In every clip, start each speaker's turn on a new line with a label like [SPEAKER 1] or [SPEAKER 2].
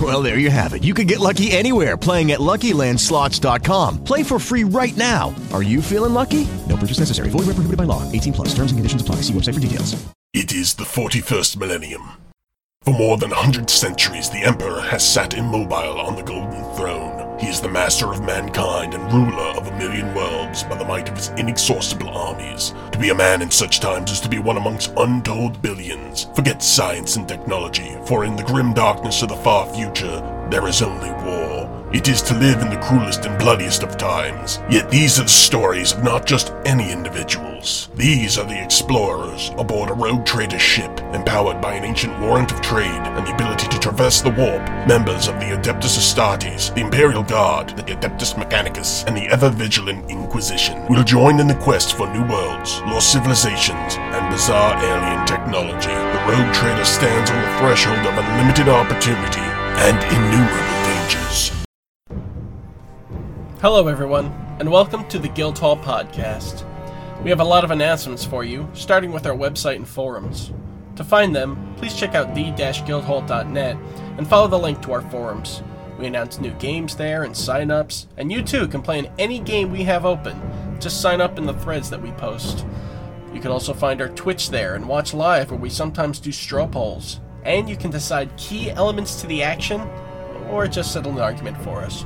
[SPEAKER 1] Well, there you have it. You can get lucky anywhere playing at LuckyLandSlots.com. Play for free right now. Are you feeling lucky? No purchase necessary. Void where prohibited by law. 18 plus. Terms and conditions apply. See website for details.
[SPEAKER 2] It is the 41st millennium. For more than a 100 centuries, the Emperor has sat immobile on the Golden Throne. He is the master of mankind and ruler of a million worlds by the might of his inexhaustible armies. To be a man in such times is to be one amongst untold billions. Forget science and technology, for in the grim darkness of the far future, there is only war. It is to live in the cruelest and bloodiest of times. Yet these are the stories of not just any individuals. These are the explorers aboard a rogue trader ship, empowered by an ancient warrant of trade and the ability to traverse the warp. Members of the Adeptus Astartes, the Imperial Guard, the Adeptus Mechanicus, and the ever vigilant Inquisition will join in the quest for new worlds, lost civilizations, and bizarre alien technology. The rogue trader stands on the threshold of unlimited opportunity and innumerable dangers.
[SPEAKER 3] Hello, everyone, and welcome to the Guildhall Podcast. We have a lot of announcements for you, starting with our website and forums. To find them, please check out the guildhall.net and follow the link to our forums. We announce new games there and sign ups, and you too can play in any game we have open. Just sign up in the threads that we post. You can also find our Twitch there and watch live where we sometimes do straw polls. And you can decide key elements to the action or just settle an argument for us.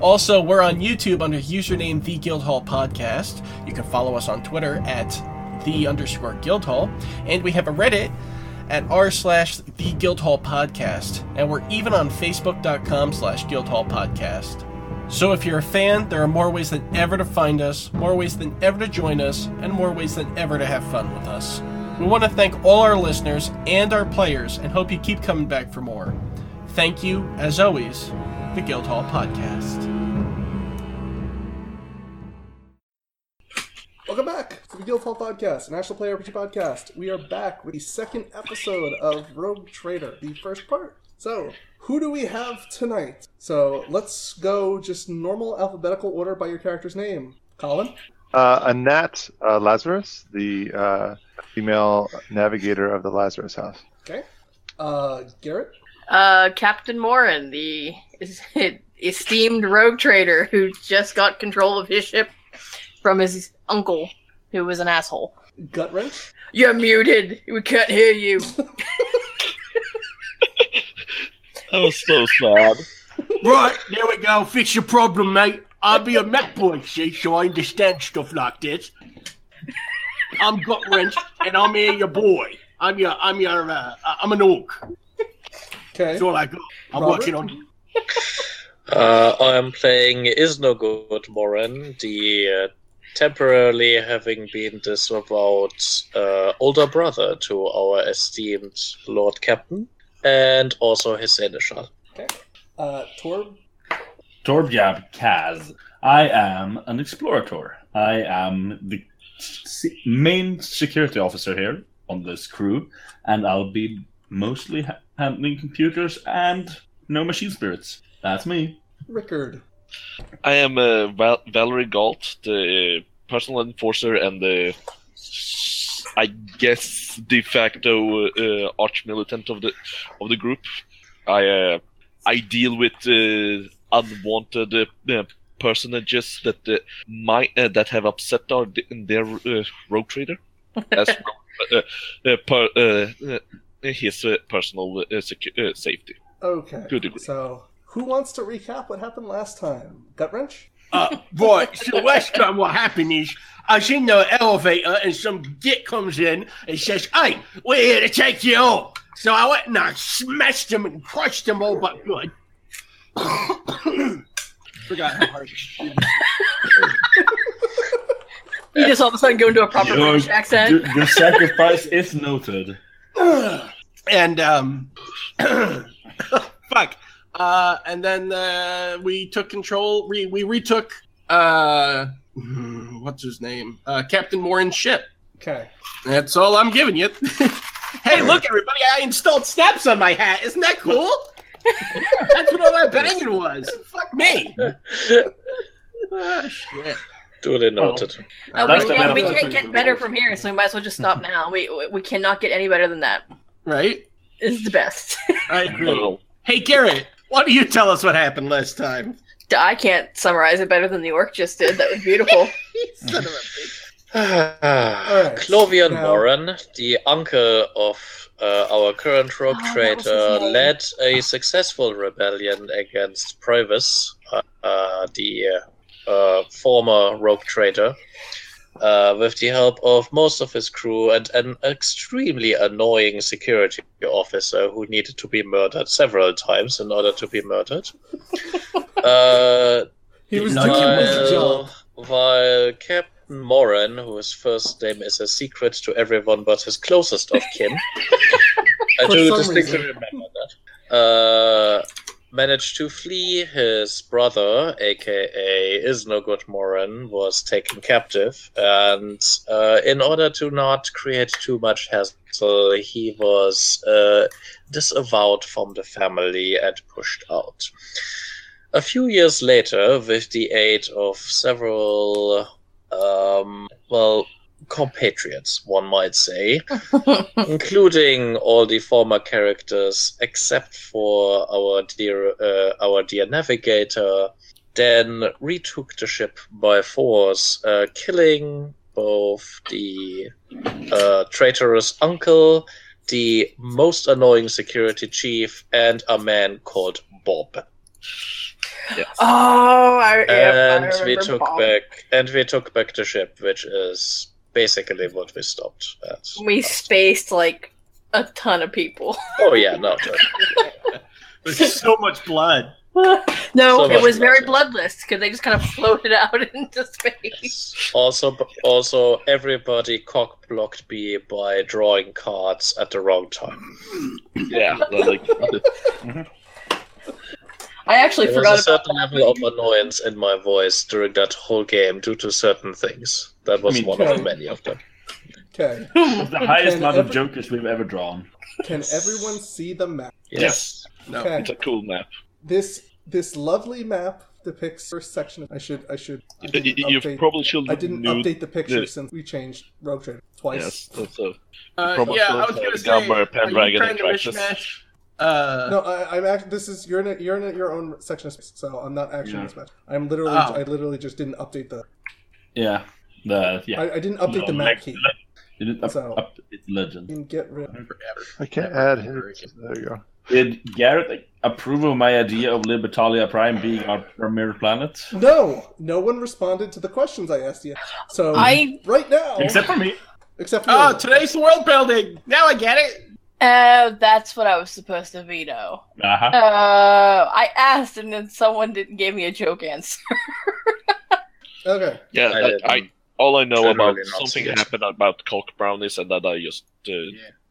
[SPEAKER 3] Also, we're on YouTube under username The Guildhall Podcast. You can follow us on Twitter at The underscore Guildhall. And we have a Reddit at r slash The Guildhall Podcast. And we're even on Facebook.com slash Guildhall Podcast. So if you're a fan, there are more ways than ever to find us, more ways than ever to join us, and more ways than ever to have fun with us. We want to thank all our listeners and our players and hope you keep coming back for more. Thank you, as always, the Guildhall Podcast.
[SPEAKER 4] Welcome back to the Guildhall Podcast, a National Player RPG Podcast. We are back with the second episode of Rogue Trader, the first part. So, who do we have tonight? So, let's go just normal alphabetical order by your character's name. Colin?
[SPEAKER 5] Uh, Annette uh, Lazarus, the uh, female navigator of the Lazarus House.
[SPEAKER 4] Okay. Uh, Garrett?
[SPEAKER 6] Uh, Captain Morin, the is- esteemed rogue trader who just got control of his ship from his uncle, who was an asshole.
[SPEAKER 4] Gut wrench?
[SPEAKER 6] You're muted. We can't hear you.
[SPEAKER 7] That was so sad.
[SPEAKER 3] Right, there we go. Fix your problem, mate. I'll be a map boy, see, so I understand stuff like this. I'm gut wrench, and I'm here your boy. I'm your, I'm your, uh, I'm an orc.
[SPEAKER 4] Okay.
[SPEAKER 3] That's all I got. I'm
[SPEAKER 4] Robert?
[SPEAKER 3] watching on you.
[SPEAKER 7] Uh, I am playing Is No Good Moran, the uh, temporarily having been disavowed uh, older brother to our esteemed Lord Captain, and also his seneschal.
[SPEAKER 4] Uh, Torb?
[SPEAKER 8] Torbjab Kaz. I am an explorator. I am the se- main security officer here on this crew, and I'll be mostly ha- handling computers and no machine spirits. That's me.
[SPEAKER 4] Rickard?
[SPEAKER 7] I am uh, Val- Valerie Galt, the personal enforcer and the, I guess, de facto uh, arch militant of the of the group. I uh, I deal with uh, unwanted uh, uh, personages that uh, my uh, that have upset our their uh, rogue trader as uh, uh, per, uh, uh, his uh, personal uh, secu- uh, safety.
[SPEAKER 4] Okay.
[SPEAKER 7] Good degree.
[SPEAKER 4] So, who wants to recap what happened last time? Gut wrench?
[SPEAKER 3] Uh, right, so last time what happened is I was in the elevator and some git comes in and says, Hey, we're here to take you all. So I went and I smashed them and crushed them all but good. Forgot how hard it is.
[SPEAKER 6] you just all of a sudden go into a proper
[SPEAKER 8] Your-
[SPEAKER 6] British accent.
[SPEAKER 8] Your, your sacrifice is noted.
[SPEAKER 3] and um fuck uh and then uh we took control we hmm, we retook uh what's his name uh captain warren's ship
[SPEAKER 4] Okay.
[SPEAKER 3] That's all I'm giving you. hey, look, everybody! I installed snaps on my hat. Isn't that cool? That's what all that banging was. Fuck me. Ah, shit.
[SPEAKER 9] Duly noted.
[SPEAKER 6] Oh, we, can't, we can't get better from here, so we might as well just stop now. We we- we cannot get any better than that.
[SPEAKER 3] Right?
[SPEAKER 6] This is the best.
[SPEAKER 3] I agree. Hey, Garrett, why don't you tell us what happened last time?
[SPEAKER 6] I can't summarize it better than the orc just did. That was beautiful.
[SPEAKER 9] Clovian Moran, the uncle of uh, our current rogue trader, led a successful rebellion against Privis, uh, uh, the uh, former rogue trader, uh, with the help of most of his crew and an extremely annoying security officer who needed to be murdered several times in order to be murdered. uh,
[SPEAKER 4] he was doing
[SPEAKER 8] uh,
[SPEAKER 4] his job.
[SPEAKER 9] while Captain Moran, whose first name is a secret to everyone but his closest of kin, I
[SPEAKER 10] For
[SPEAKER 9] do
[SPEAKER 10] some
[SPEAKER 9] distinctly
[SPEAKER 10] reason.
[SPEAKER 9] remember that, uh, managed to flee. His brother, aka Is No Good Moran, was taken captive, and uh, in order to not create too much hassle, he was uh, disavowed from the family and pushed out. A few years later, with the aid of several, um, well, compatriots, one might say, including all the former characters except for our dear, uh, our dear navigator, then retook the ship by force, uh, killing both the uh, traitorous uncle, the most annoying security chief, and a man called Bob.
[SPEAKER 6] Oh, I,
[SPEAKER 9] And
[SPEAKER 6] I
[SPEAKER 9] we
[SPEAKER 6] remember
[SPEAKER 9] took
[SPEAKER 6] Bob.
[SPEAKER 9] back and we took back the ship, which is basically what we stopped at.
[SPEAKER 6] We spaced like a ton of people.
[SPEAKER 9] Oh yeah, no. no.
[SPEAKER 3] There's so much blood.
[SPEAKER 6] No,
[SPEAKER 9] So
[SPEAKER 6] it
[SPEAKER 9] much
[SPEAKER 6] was very bloodless because they just kind of floated out into space.
[SPEAKER 9] Also, also everybody cock blocked B by drawing cards at the wrong time.
[SPEAKER 7] Yeah, like
[SPEAKER 6] I actually
[SPEAKER 9] there
[SPEAKER 6] forgot
[SPEAKER 9] was a certain level of annoyance in my voice during that whole game due to certain things. That was
[SPEAKER 8] Me
[SPEAKER 9] one
[SPEAKER 8] too.
[SPEAKER 9] of many of them.
[SPEAKER 4] Okay.
[SPEAKER 8] the highest
[SPEAKER 4] Can
[SPEAKER 8] amount of
[SPEAKER 4] every-
[SPEAKER 8] jokers we've ever drawn.
[SPEAKER 4] Can everyone see the map?
[SPEAKER 8] Yes.
[SPEAKER 7] No,
[SPEAKER 4] Okay.
[SPEAKER 7] it's a cool map.
[SPEAKER 4] This this lovely map depicts first section. I should I should. I
[SPEAKER 7] You-
[SPEAKER 4] didn't
[SPEAKER 7] you
[SPEAKER 4] update-
[SPEAKER 7] probably should
[SPEAKER 4] I didn't
[SPEAKER 7] knew
[SPEAKER 4] update the picture
[SPEAKER 7] the-
[SPEAKER 4] since we changed Rogue Trader twice.
[SPEAKER 7] Yes, that's a.
[SPEAKER 3] Uh,
[SPEAKER 7] probably
[SPEAKER 3] yeah,
[SPEAKER 7] should
[SPEAKER 3] I was
[SPEAKER 7] have
[SPEAKER 3] gonna
[SPEAKER 7] gone
[SPEAKER 3] say,
[SPEAKER 7] by a
[SPEAKER 3] are you
[SPEAKER 7] Pendragon
[SPEAKER 3] trying
[SPEAKER 7] and
[SPEAKER 3] to
[SPEAKER 7] practiced.
[SPEAKER 3] mishmash? Uh,
[SPEAKER 4] no, I, I'm actually. This is you're in a, you're in a, your own section of space, so I'm not actually in
[SPEAKER 8] Yeah.
[SPEAKER 4] this match. I'm literally
[SPEAKER 8] Oh.
[SPEAKER 4] I literally just didn't update the.
[SPEAKER 8] Yeah. The yeah.
[SPEAKER 4] I, I didn't update the map key.
[SPEAKER 8] Didn't up,
[SPEAKER 4] So-
[SPEAKER 8] update legend.
[SPEAKER 4] Didn't get rid.
[SPEAKER 5] I can't add his. There you go.
[SPEAKER 8] Did Garrett approve of my idea of Libertalia Prime being our premier planet?
[SPEAKER 4] No, no one responded to the questions I asked you. So
[SPEAKER 8] I-
[SPEAKER 4] right now,
[SPEAKER 8] Except for me.
[SPEAKER 4] except for
[SPEAKER 3] Oh,
[SPEAKER 4] you.
[SPEAKER 3] today's the world building. Now I get it.
[SPEAKER 6] Oh, that's what I was supposed to veto.
[SPEAKER 8] Uh-huh.
[SPEAKER 10] Oh,
[SPEAKER 6] Uh, I asked, and then someone didn't give me a joke answer.
[SPEAKER 4] Okay.
[SPEAKER 7] Yeah,
[SPEAKER 9] I
[SPEAKER 7] I, I, all I know
[SPEAKER 9] generally
[SPEAKER 7] about
[SPEAKER 9] not
[SPEAKER 7] something
[SPEAKER 9] see it.
[SPEAKER 7] happened about cock brownies, and that I just uh,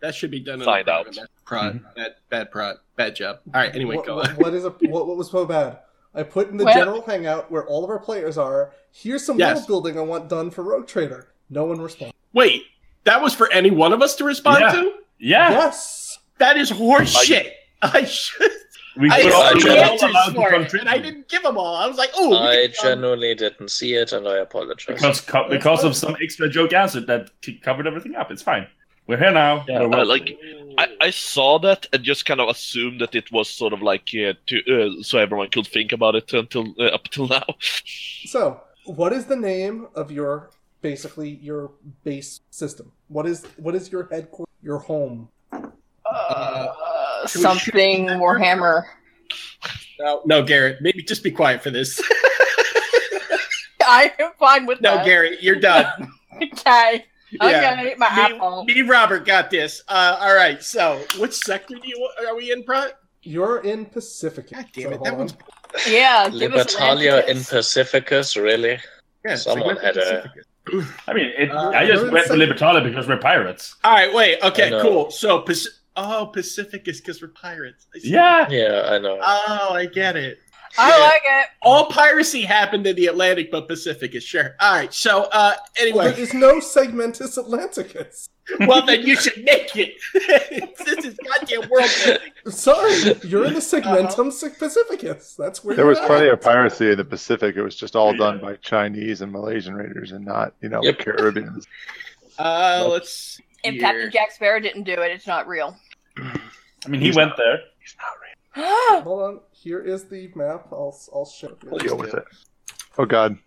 [SPEAKER 3] That should be done. in
[SPEAKER 7] Find
[SPEAKER 3] a
[SPEAKER 7] out.
[SPEAKER 3] Prod.
[SPEAKER 8] Mm-hmm.
[SPEAKER 3] Bad, bad prod. Bad job. All right. Anyway,
[SPEAKER 4] what,
[SPEAKER 3] go
[SPEAKER 4] what-
[SPEAKER 3] on.
[SPEAKER 4] what is a, what, what was so bad? I put in the
[SPEAKER 3] Well-
[SPEAKER 4] general hangout where all of our players are. Here's some
[SPEAKER 3] Yes.
[SPEAKER 4] world building I want done for Rogue Trader. No one responded.
[SPEAKER 3] Wait, that was for any one of us to respond
[SPEAKER 4] Yeah.
[SPEAKER 3] to?
[SPEAKER 8] Yeah.
[SPEAKER 4] Yes.
[SPEAKER 3] That is horseshit. I should.
[SPEAKER 8] We
[SPEAKER 3] I
[SPEAKER 9] could all-
[SPEAKER 3] asked
[SPEAKER 9] we
[SPEAKER 3] the
[SPEAKER 9] could all
[SPEAKER 8] allow
[SPEAKER 3] answers
[SPEAKER 8] to
[SPEAKER 3] for it,
[SPEAKER 8] contribute.
[SPEAKER 3] and I didn't give them all. I was like, oh,
[SPEAKER 9] I
[SPEAKER 4] um,
[SPEAKER 9] genuinely didn't see it, and I apologize.
[SPEAKER 8] Because co- because of some extra joke answer that c- covered everything up. It's fine. We're here now.
[SPEAKER 7] Yeah,
[SPEAKER 8] We're
[SPEAKER 7] uh,
[SPEAKER 8] wel-
[SPEAKER 7] like I, I saw that and just kind of assumed that it was sort of like uh, to, uh, so everyone could think about it until uh, up till now.
[SPEAKER 4] So, what is the name of your basically your base system? What is what is your headquarters? Your home?
[SPEAKER 6] Uh, something Warhammer.
[SPEAKER 3] no, no, Garrett, maybe just be quiet for this.
[SPEAKER 6] I am fine with
[SPEAKER 3] no,
[SPEAKER 6] that.
[SPEAKER 3] Garrett, you're done.
[SPEAKER 6] Okay. Okay, my
[SPEAKER 3] me,
[SPEAKER 6] apple.
[SPEAKER 3] me and Robert got this. Uh, all right, so which sector do you are we in, Prod?
[SPEAKER 4] You're in Pacifica. God damn it, that one's
[SPEAKER 6] Yeah, give us an
[SPEAKER 9] Libertalia in Pacificus, really?
[SPEAKER 3] Yeah, it's
[SPEAKER 9] Someone
[SPEAKER 3] like
[SPEAKER 9] had a.
[SPEAKER 8] I mean, it,
[SPEAKER 3] Uh,
[SPEAKER 8] I just
[SPEAKER 3] we're
[SPEAKER 8] went for
[SPEAKER 3] in-
[SPEAKER 8] Libertalia because we're pirates.
[SPEAKER 3] All right, wait. Okay,
[SPEAKER 8] I know.
[SPEAKER 3] cool. So, Paci- oh, Pacific is because we're pirates. I see.
[SPEAKER 8] Yeah.
[SPEAKER 9] Yeah, I know.
[SPEAKER 3] Oh, I get it.
[SPEAKER 6] I like it.
[SPEAKER 3] All piracy happened in the Atlantic, but Pacific is sure. All right. So uh,
[SPEAKER 4] Well,
[SPEAKER 3] anyway,
[SPEAKER 4] there is no segmentus Atlanticus.
[SPEAKER 3] well then you should make it. this is goddamn world building.
[SPEAKER 4] Sorry, you're
[SPEAKER 3] Uh-huh.
[SPEAKER 4] in the segmentum Pacificus. That's where
[SPEAKER 5] There
[SPEAKER 4] you're
[SPEAKER 5] was
[SPEAKER 4] at.
[SPEAKER 5] plenty of piracy in the Pacific. It was just all done by Chinese and Malaysian raiders, and not you know
[SPEAKER 7] Yep.
[SPEAKER 5] the Caribbeans.
[SPEAKER 3] Uh, let's.
[SPEAKER 6] If
[SPEAKER 3] here.
[SPEAKER 6] Captain Jack Sparrow didn't do it, it's not real.
[SPEAKER 8] I mean, he went there.
[SPEAKER 4] Hold on. Here is the map. I'll I'll show. you.
[SPEAKER 5] Deal with it. Oh God.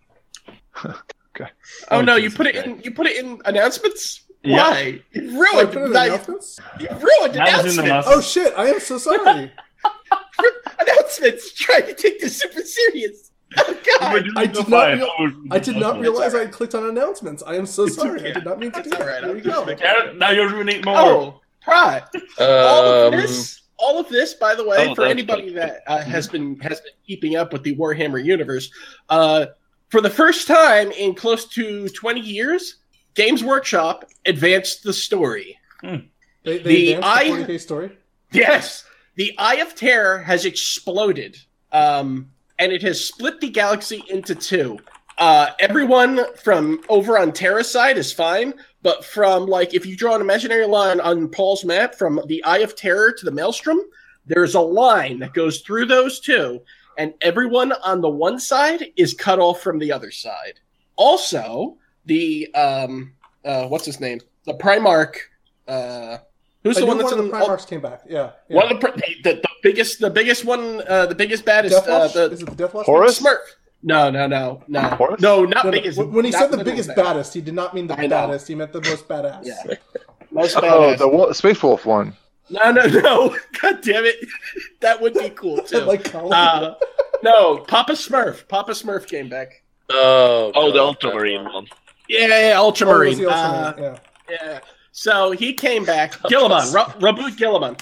[SPEAKER 5] okay.
[SPEAKER 3] Oh, no, you put it in. You put it in announcements.
[SPEAKER 5] Yeah.
[SPEAKER 3] Why?
[SPEAKER 4] Oh,
[SPEAKER 3] You
[SPEAKER 4] I
[SPEAKER 3] ruined.
[SPEAKER 4] put it in
[SPEAKER 3] nice-
[SPEAKER 4] announcements?
[SPEAKER 3] you ruined
[SPEAKER 8] That
[SPEAKER 3] announcements.
[SPEAKER 8] was
[SPEAKER 3] Oh,
[SPEAKER 8] in the
[SPEAKER 4] Oh shit! I am so sorry.
[SPEAKER 3] announcements. Trying to take this super serious. Oh god.
[SPEAKER 4] I did not. Real- I did not realize I had clicked on announcements. I am so sorry. I did not mean to do that. Here we go.
[SPEAKER 8] Garrett, now you're ruining more.
[SPEAKER 3] Oh, pride.
[SPEAKER 4] Oh,
[SPEAKER 3] all of
[SPEAKER 9] Um,
[SPEAKER 3] this, all of this, by the way,
[SPEAKER 8] Oh,
[SPEAKER 3] for
[SPEAKER 8] that's
[SPEAKER 3] anybody that uh, has been has been keeping up with the Warhammer universe, uh, for the first time in close to twenty years, Games Workshop advanced the story.
[SPEAKER 4] They,
[SPEAKER 3] The
[SPEAKER 4] they advanced
[SPEAKER 3] eye-
[SPEAKER 4] the 40K story.
[SPEAKER 3] Yes, the Eye of Terror has exploded, um, and it has split the galaxy into two. Uh, everyone from over on Terra's side is fine, but from like if you draw an imaginary line on Paul's map from the Eye of Terror to the Maelstrom, there's a line that goes through those two, and everyone on the one side is cut off from the other side. Also, the um, uh, what's his name? The Primarch. Uh, who's
[SPEAKER 4] I
[SPEAKER 3] the
[SPEAKER 4] knew
[SPEAKER 3] one that's
[SPEAKER 4] one of
[SPEAKER 3] in
[SPEAKER 4] the
[SPEAKER 3] the
[SPEAKER 4] Primarchs came back. Yeah. yeah.
[SPEAKER 3] one of the, pr- the, the biggest, the biggest one, uh, the biggest baddest.
[SPEAKER 4] Death
[SPEAKER 3] uh,
[SPEAKER 4] Watch?
[SPEAKER 3] the,
[SPEAKER 4] Is it the Death Watch?
[SPEAKER 5] Horus?
[SPEAKER 3] Smurf. No, no, no, no,
[SPEAKER 5] Horus?
[SPEAKER 3] no, not
[SPEAKER 4] No, no,
[SPEAKER 3] biggest.
[SPEAKER 4] When he
[SPEAKER 3] not
[SPEAKER 4] said the
[SPEAKER 3] middle
[SPEAKER 4] biggest
[SPEAKER 3] bad.
[SPEAKER 4] baddest, he did not mean the
[SPEAKER 3] I know.
[SPEAKER 4] baddest. He meant the most badass.
[SPEAKER 3] Yeah. most
[SPEAKER 5] Oh,
[SPEAKER 3] badass.
[SPEAKER 5] the wo- Space Wolf one.
[SPEAKER 3] No, no, no! God damn it, that would be cool too.
[SPEAKER 4] like Colin.
[SPEAKER 3] uh, no, Papa Smurf. Papa Smurf came back.
[SPEAKER 9] Oh,
[SPEAKER 7] Oh, the
[SPEAKER 9] God.
[SPEAKER 7] Ultramarine one.
[SPEAKER 3] Yeah, yeah, yeah,
[SPEAKER 4] Oh, it was
[SPEAKER 3] Ultramarine.
[SPEAKER 4] the
[SPEAKER 3] uh,
[SPEAKER 4] Ultramarine, yeah.
[SPEAKER 3] yeah. So he came back. Gilliman, Ra- Rabu Gilliman.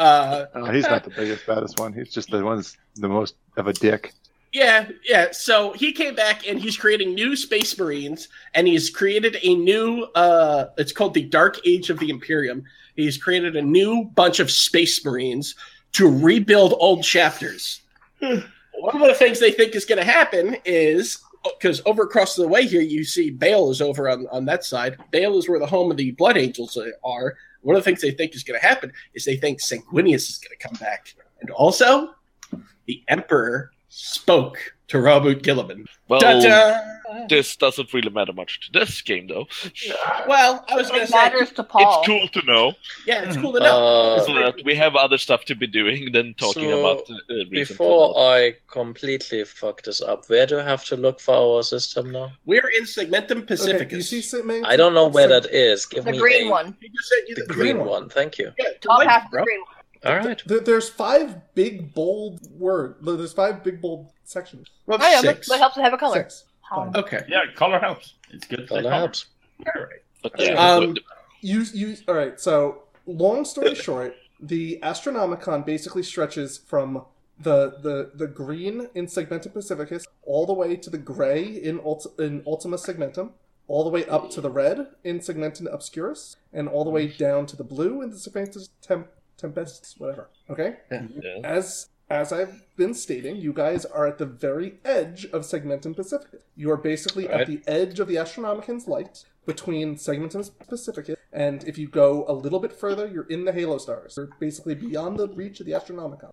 [SPEAKER 3] Uh,
[SPEAKER 5] No, Oh, he's not the biggest, baddest one. He's just the one's the most of a dick.
[SPEAKER 3] Yeah, yeah. So he came back and he's creating new Space Marines, and he's created a new. uh It's called the Dark Age of the Imperium. He's created a new bunch of Space Marines to rebuild old chapters.
[SPEAKER 7] Hmm.
[SPEAKER 3] One of the things they think is going to happen is because over across the way here, you see Bale is over on on that side. Bale is where the home of the Blood Angels are. One of the things they think is going to happen is they think Sanguinius is going to come back, and also the Emperor spoke to Robert Gilliman.
[SPEAKER 7] Well,
[SPEAKER 3] Da-da!
[SPEAKER 7] this doesn't really matter much to this game, though.
[SPEAKER 3] Well, I was going
[SPEAKER 6] It
[SPEAKER 3] to say,
[SPEAKER 6] matters to Paul.
[SPEAKER 7] It's cool to know
[SPEAKER 3] yeah, it's cool to know.
[SPEAKER 9] Uh,
[SPEAKER 7] so that we have other stuff to be doing than talking
[SPEAKER 9] So,
[SPEAKER 7] about. Uh, recent
[SPEAKER 9] Before I completely fuck this up, where do I have to look for our system now?
[SPEAKER 3] We're in Segmentum
[SPEAKER 4] Okay, do you
[SPEAKER 3] Pacificus.
[SPEAKER 4] see Sigmund?
[SPEAKER 9] I don't know where
[SPEAKER 4] Sig-
[SPEAKER 9] that is. Give
[SPEAKER 6] The
[SPEAKER 9] me
[SPEAKER 6] green
[SPEAKER 9] a-
[SPEAKER 6] one.
[SPEAKER 3] He just sent you
[SPEAKER 9] The
[SPEAKER 3] the-
[SPEAKER 9] green
[SPEAKER 4] one.
[SPEAKER 9] one. Thank you.
[SPEAKER 3] Yeah, the
[SPEAKER 6] Top
[SPEAKER 3] link,
[SPEAKER 6] half the
[SPEAKER 3] bro.
[SPEAKER 6] green one.
[SPEAKER 9] All right.
[SPEAKER 4] There, there's five big bold word. There's five big bold sections.
[SPEAKER 3] Well,
[SPEAKER 6] I know, but,
[SPEAKER 3] six.
[SPEAKER 6] but it helps to have a color.
[SPEAKER 4] Six. Fine.
[SPEAKER 3] Okay.
[SPEAKER 8] Yeah, color helps. It's good. to say
[SPEAKER 9] That helps.
[SPEAKER 3] All right.
[SPEAKER 7] But yeah,
[SPEAKER 3] Um,
[SPEAKER 7] but-
[SPEAKER 4] You you all right? So long story short, the Astronomicon basically stretches from the the the green in Segmentum Pacificus all the way to the gray in Ult- in Ultima Segmentum, all the way up to the red in Segmentum Obscurus, and all the way down to the blue in the Segmentum Tem- Tempestus, whatever. Okay.
[SPEAKER 7] yeah.
[SPEAKER 4] As as I've been stating, you guys are at the very edge of Segmentum Pacificus. You are basically at
[SPEAKER 9] Right.
[SPEAKER 4] the edge of the Astronomican's light between Segmentum Pacificus, and if you go a little bit further, you're in the Halo Stars. You're basically beyond the reach of the Astronomicon.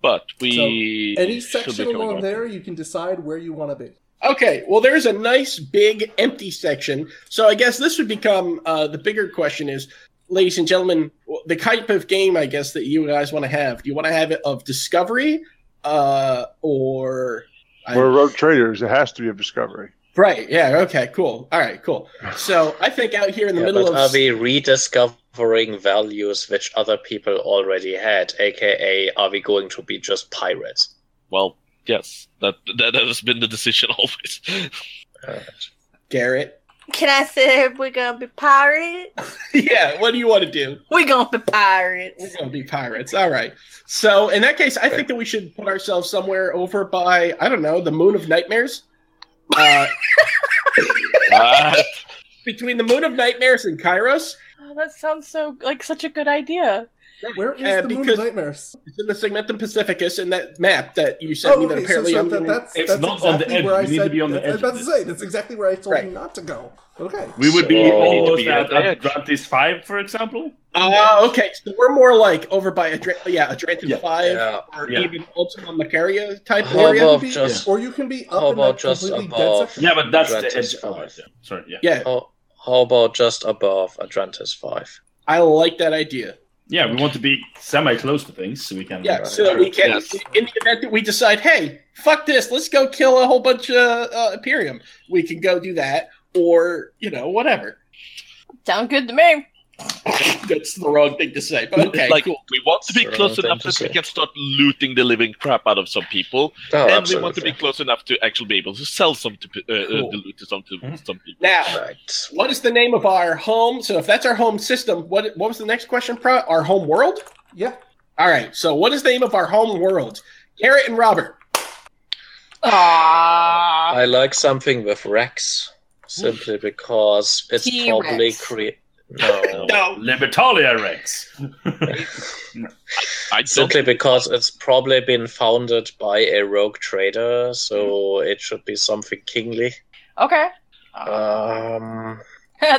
[SPEAKER 7] but we
[SPEAKER 4] Any
[SPEAKER 7] should be
[SPEAKER 4] section
[SPEAKER 7] going
[SPEAKER 4] along
[SPEAKER 7] on.
[SPEAKER 4] there, you can decide where you want to be.
[SPEAKER 3] Okay, well, there's a nice big empty section. So I guess this would become uh, the bigger question is, ladies and gentlemen, the type of game I guess that you guys want to have. Do you want to have it of discovery, uh, or I-
[SPEAKER 5] We're rogue traders. It has to be a discovery.
[SPEAKER 3] right? Yeah. Okay. Cool. All right. Cool. So I think out here in the
[SPEAKER 9] Yeah,
[SPEAKER 3] middle
[SPEAKER 9] but
[SPEAKER 3] of
[SPEAKER 9] are we rediscovering values which other people already had? AKA, are we going to be just pirates?
[SPEAKER 7] Well, yes, that, that that has been the decision always.
[SPEAKER 3] Garrett,
[SPEAKER 6] Can I say we're gonna be pirates?
[SPEAKER 3] yeah, what do you want to do?
[SPEAKER 6] We're gonna be pirates.
[SPEAKER 3] We're gonna be pirates. All right. So in that case, I think that we should put ourselves somewhere over by I don't know the moon of nightmares. Uh,
[SPEAKER 7] Ah,
[SPEAKER 3] between the moon of nightmares and Kairos,
[SPEAKER 10] Oh, that sounds so like such a good idea.
[SPEAKER 4] Where is
[SPEAKER 3] Uh,
[SPEAKER 4] the moon of
[SPEAKER 3] because-
[SPEAKER 4] nightmares?
[SPEAKER 3] It's in the Segmentum Pacificus in that map that you sent
[SPEAKER 4] Oh,
[SPEAKER 3] me
[SPEAKER 4] okay,
[SPEAKER 3] that
[SPEAKER 4] so
[SPEAKER 3] apparently
[SPEAKER 4] Shanta,
[SPEAKER 3] I'm gonna-
[SPEAKER 4] that's- It's that's not on the exactly edge. where I You need to said- be on the I was edge of about to say, that's exactly where I told you not to go. Okay.
[SPEAKER 8] We would be
[SPEAKER 3] So-
[SPEAKER 8] almost
[SPEAKER 3] Need to be
[SPEAKER 8] at,
[SPEAKER 3] at
[SPEAKER 8] at Drantis 5, for example.
[SPEAKER 3] Ah, okay. So we're more like over by Adra- yeah, Adrantum
[SPEAKER 8] Yeah.
[SPEAKER 3] Five
[SPEAKER 8] Yeah.
[SPEAKER 3] or
[SPEAKER 8] Yeah.
[SPEAKER 3] even Ultima Macaria type
[SPEAKER 8] How
[SPEAKER 3] area.
[SPEAKER 8] about just-
[SPEAKER 4] or you can be up
[SPEAKER 9] How
[SPEAKER 4] in that
[SPEAKER 9] about just
[SPEAKER 4] completely dead
[SPEAKER 9] above?
[SPEAKER 4] section.
[SPEAKER 8] Yeah, but that's the
[SPEAKER 9] Atlantis
[SPEAKER 8] edge of it. Sorry, yeah.
[SPEAKER 3] Yeah.
[SPEAKER 9] How, how about just above Atlantis 5?
[SPEAKER 3] I like that idea.
[SPEAKER 8] Yeah, we want to be semi close to things so we can.
[SPEAKER 3] Yeah, so that we can. In the event that we decide, hey, fuck this, let's go kill a whole bunch of uh, Imperium. We can go do that, or you know, whatever.
[SPEAKER 10] Sound good to me.
[SPEAKER 3] That's the wrong thing to say, but okay,
[SPEAKER 7] like
[SPEAKER 3] cool.
[SPEAKER 7] we want to be
[SPEAKER 3] Sure,
[SPEAKER 7] close
[SPEAKER 3] thank
[SPEAKER 7] enough
[SPEAKER 3] you,
[SPEAKER 7] that we
[SPEAKER 3] sir.
[SPEAKER 7] can start looting the living crap out of some people,
[SPEAKER 3] Oh,
[SPEAKER 7] and we
[SPEAKER 3] absolutely.
[SPEAKER 7] want to be close enough to actually be able to sell some to, pe- uh, uh, the loot to some to some people.
[SPEAKER 3] Now, what is the name of our home? So, if that's our home system, what what was the next question? Pro, our home world?
[SPEAKER 4] Yeah.
[SPEAKER 3] All right. So, what is the name of our home world? Garrett and Robert.
[SPEAKER 9] I like something with Rex simply because it's
[SPEAKER 3] T-Rex.
[SPEAKER 9] probably cre- no.
[SPEAKER 3] no
[SPEAKER 8] Libertalia Rex.
[SPEAKER 9] simply because it's probably been founded by a rogue trader, so it should be something kingly.
[SPEAKER 10] Okay.
[SPEAKER 9] Um,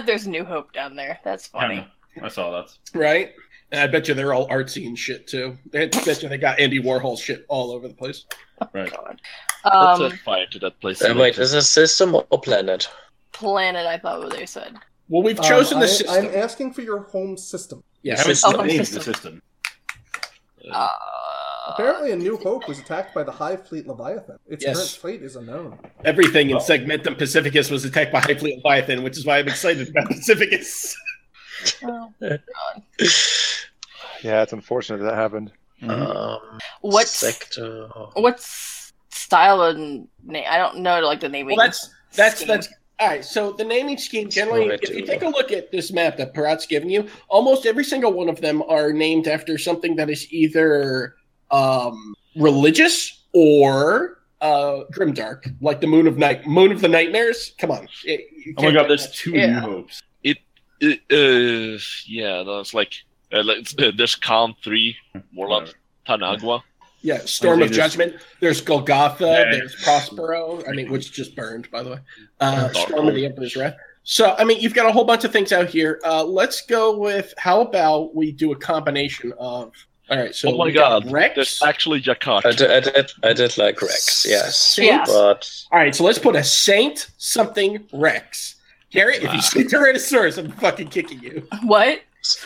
[SPEAKER 10] There's new hope down there. That's funny.
[SPEAKER 8] I saw that.
[SPEAKER 3] Right. And I bet you they're all artsy and shit too. I bet you they got Andy Warhol shit all over the place.
[SPEAKER 8] Right.
[SPEAKER 10] Um,
[SPEAKER 7] Let's set fire to that place.
[SPEAKER 9] Uh, wait, is this system or planet?
[SPEAKER 10] Planet, I thought what they said.
[SPEAKER 3] Well, we've
[SPEAKER 4] Um,
[SPEAKER 3] chosen the
[SPEAKER 4] I-
[SPEAKER 3] system.
[SPEAKER 4] I'm asking for your home system.
[SPEAKER 3] Yeah,
[SPEAKER 8] haven't
[SPEAKER 3] system.
[SPEAKER 8] named
[SPEAKER 3] System.
[SPEAKER 8] the system.
[SPEAKER 4] Apparently, a New Hope was attacked by the Hive Fleet Leviathan. Its
[SPEAKER 3] Yes.
[SPEAKER 4] current fate is unknown.
[SPEAKER 3] Everything in Segmentum Pacificus was attacked by Hyplia Leviathan, which is why I'm excited about Pacificus.
[SPEAKER 10] Oh.
[SPEAKER 5] Yeah, it's unfortunate that happened.
[SPEAKER 9] Um,
[SPEAKER 10] What's-
[SPEAKER 9] sector?
[SPEAKER 10] What's style and name? I don't know like the naming.
[SPEAKER 3] Well, that's that's that's all right. So the naming scheme generally,
[SPEAKER 10] Alright,
[SPEAKER 3] if you
[SPEAKER 10] dude.
[SPEAKER 3] take a look at this map that Parat's given you, almost every single one of them are named after something that is either um, religious or uh, grimdark, like the moon of night, moon of the nightmares. Come on, It- you
[SPEAKER 7] Oh my
[SPEAKER 3] can't-
[SPEAKER 7] God, there's two New Yeah.
[SPEAKER 8] hopes.
[SPEAKER 7] It, it uh, yeah, that's like uh, let's, uh, there's Khan three, Warlock Tanagua.
[SPEAKER 3] Yeah, Storm of
[SPEAKER 7] There's-
[SPEAKER 3] Judgment. There's Golgotha.
[SPEAKER 7] Yeah.
[SPEAKER 3] There's Prospero. I mean, which just burned, by the way. Uh,
[SPEAKER 7] Dark
[SPEAKER 3] Storm of the Emperor's Wrath. So, I mean, you've got a whole bunch of things out here. Uh, let's go with how about we do a combination of. All right, so.
[SPEAKER 7] oh my
[SPEAKER 3] we got
[SPEAKER 7] God,
[SPEAKER 3] Rex.
[SPEAKER 7] there's actually Jakar.
[SPEAKER 9] I did, I did, I did like Rex. Yes,
[SPEAKER 3] Saint.
[SPEAKER 9] but
[SPEAKER 3] All right, so let's put a Saint something Rex. Garrett, if you see Tyrannosaurus, I'm fucking kicking you.
[SPEAKER 10] What?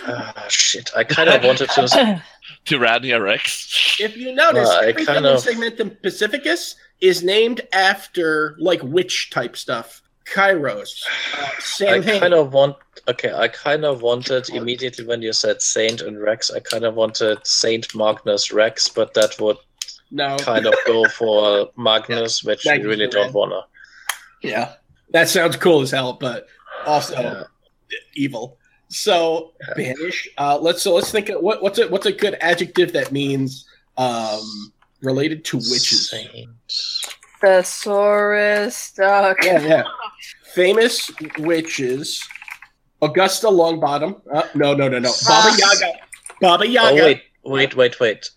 [SPEAKER 9] Ah, shit, I kind of wanted to.
[SPEAKER 7] Tyrannia Rex.
[SPEAKER 3] If you notice,
[SPEAKER 9] Uh, I
[SPEAKER 3] everything
[SPEAKER 9] kind of-
[SPEAKER 3] in Segmentum Pacificus is named after, like, witch type stuff. Kairos, uh,
[SPEAKER 9] I
[SPEAKER 3] Samhain.
[SPEAKER 9] kind of want. Okay, I kind of wanted immediately when you said Saint and Rex. I kind of wanted Saint Magnus Rex, but that would
[SPEAKER 3] No.
[SPEAKER 9] kind of go for Magnus, which we
[SPEAKER 3] Magnus
[SPEAKER 9] really
[SPEAKER 3] the
[SPEAKER 9] don't
[SPEAKER 3] Red.
[SPEAKER 9] wanna.
[SPEAKER 3] Yeah, that sounds cool as hell, but also
[SPEAKER 9] Yeah.
[SPEAKER 3] evil. So banish. Uh, let's so let's think. Of, what what's a what's a good adjective that means um, related to witches?
[SPEAKER 10] Thesaurus. Uh,
[SPEAKER 3] Yeah, yeah. Famous witches. Augusta Longbottom. Uh, no, no, no, no. Baba Yaga. Baba Yaga.
[SPEAKER 9] Oh wait, wait, wait, wait.
[SPEAKER 3] Okay.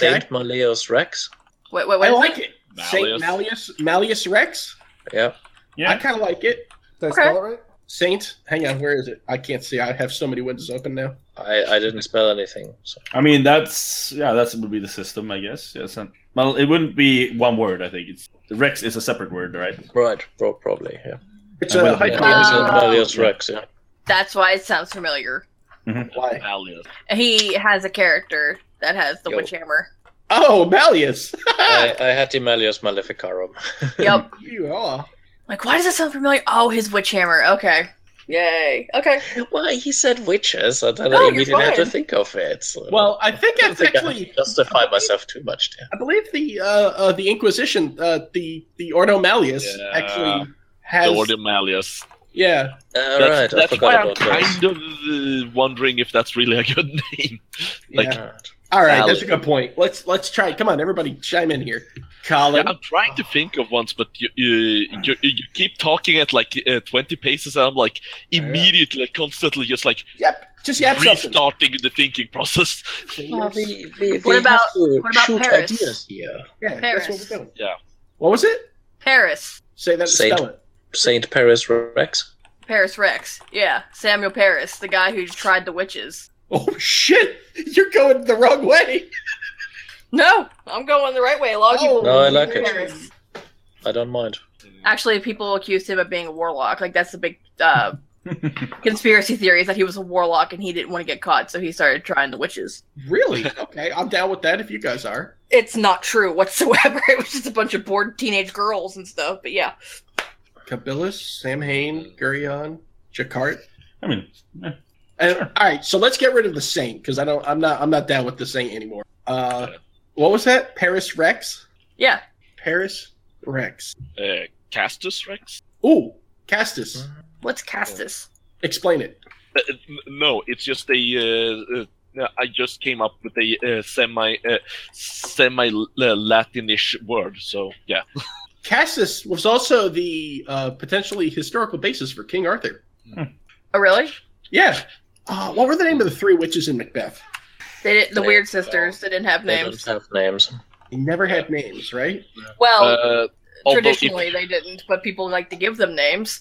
[SPEAKER 9] Saint Malleus Rex.
[SPEAKER 10] Wait, wait,
[SPEAKER 3] I like it. Saint
[SPEAKER 9] Malleus.
[SPEAKER 3] Malleus Malleus Rex.
[SPEAKER 9] Yeah.
[SPEAKER 3] Yeah. I kind of like it.
[SPEAKER 4] Did I spell it right?
[SPEAKER 3] Saint. Hang on. Where is it? I can't see. I have so many windows open now.
[SPEAKER 9] I, I didn't spell anything. So.
[SPEAKER 8] I mean, that's yeah, that would be the system, I guess. Yes, and, well, it wouldn't be one word. I think it's Rex is a separate word, right?
[SPEAKER 9] Right, pro- probably. Yeah.
[SPEAKER 3] It's
[SPEAKER 8] And
[SPEAKER 3] a
[SPEAKER 8] with-
[SPEAKER 3] hyphen.
[SPEAKER 8] yeah,
[SPEAKER 10] Saint
[SPEAKER 9] Malleus Rex. Yeah.
[SPEAKER 10] that's why it sounds familiar.
[SPEAKER 3] Why?
[SPEAKER 7] Malleus.
[SPEAKER 10] He has a character that has the
[SPEAKER 9] Yo.
[SPEAKER 10] witch hammer.
[SPEAKER 3] Oh, Malleus.
[SPEAKER 9] I, I had the Malleus Maleficarum.
[SPEAKER 10] Yep.
[SPEAKER 3] you are.
[SPEAKER 10] Like, why does it sound familiar? Oh, his witch hammer. Okay. Yay. Okay.
[SPEAKER 9] Why he said witches? And then
[SPEAKER 10] No,
[SPEAKER 9] I
[SPEAKER 10] you're
[SPEAKER 9] immediately had to
[SPEAKER 10] fine.
[SPEAKER 9] think of it. So.
[SPEAKER 3] Well, I think
[SPEAKER 9] I
[SPEAKER 3] that's
[SPEAKER 9] think I
[SPEAKER 3] actually.
[SPEAKER 9] justify myself too much there.
[SPEAKER 3] I believe the uh, uh, the Inquisition, uh, the the Ordo Malleus
[SPEAKER 7] Yeah.
[SPEAKER 3] actually has.
[SPEAKER 7] the Order Malleus.
[SPEAKER 3] yeah.
[SPEAKER 7] that's that's why I'm kind of uh, wondering if that's really a good name. like,
[SPEAKER 3] Yeah. All right, that's a good point. Let's let's try. Come on, everybody, chime in here. Colin,
[SPEAKER 7] Yeah, I'm trying to think of ones, but you you, you, you keep talking at like uh, 20 paces, and I'm like immediately, like, constantly, just like
[SPEAKER 3] yep.
[SPEAKER 8] Just
[SPEAKER 7] restarting the thinking process.
[SPEAKER 6] What about what about
[SPEAKER 9] shoot
[SPEAKER 6] Paris?
[SPEAKER 9] ideas here.
[SPEAKER 8] Yeah,
[SPEAKER 6] Paris.
[SPEAKER 8] that's what we're doing.
[SPEAKER 7] Yeah.
[SPEAKER 8] What was it?
[SPEAKER 6] Paris.
[SPEAKER 8] Say that.
[SPEAKER 9] Saint
[SPEAKER 8] Spell it.
[SPEAKER 9] Saint Paris Rex.
[SPEAKER 6] Paris Rex. Yeah, Samuel Paris, the guy who tried the witches.
[SPEAKER 8] Oh shit! You're going the wrong way.
[SPEAKER 6] No, I'm going the right way. A lot of people.
[SPEAKER 9] No, I like it.
[SPEAKER 3] Oh,
[SPEAKER 9] I don't mind.
[SPEAKER 6] Actually, people accused him of being a warlock. Like that's the big uh, conspiracy theory is that he was a warlock and he didn't want to get caught, so he started trying the witches.
[SPEAKER 3] Really? Okay, I'm down with that if you guys are.
[SPEAKER 6] It's not true whatsoever. It was just a bunch of bored teenage girls and stuff. But yeah,
[SPEAKER 3] Kabilis, Samhain, Gurion, Jakart.
[SPEAKER 8] I mean,
[SPEAKER 3] And, all right, so let's get rid of the saint because I don't. I'm not. I'm not down with the saint anymore. Uh, what was that? Paris Rex.
[SPEAKER 6] yeah.
[SPEAKER 3] Paris Rex.
[SPEAKER 7] Uh, Castus Rex?
[SPEAKER 3] Ooh, Castus.
[SPEAKER 6] What's Castus?
[SPEAKER 3] Explain it.
[SPEAKER 7] Uh, uh, n- no, it's just a. Uh, uh, I just came up with a uh, semi uh, semi uh, Latinish word. So yeah,
[SPEAKER 3] Castus was also the uh, potentially historical basis for King Arthur.
[SPEAKER 7] Hmm.
[SPEAKER 6] Oh, really?
[SPEAKER 3] Yeah. Uh, what were the name of the three witches in Macbeth?
[SPEAKER 6] They did, the
[SPEAKER 3] They-
[SPEAKER 6] weird sisters. They didn't have
[SPEAKER 9] They
[SPEAKER 6] names.
[SPEAKER 9] don't have names.
[SPEAKER 3] They never had names, right?
[SPEAKER 6] Well,
[SPEAKER 7] although
[SPEAKER 6] traditionally they didn't, but people like to give them names.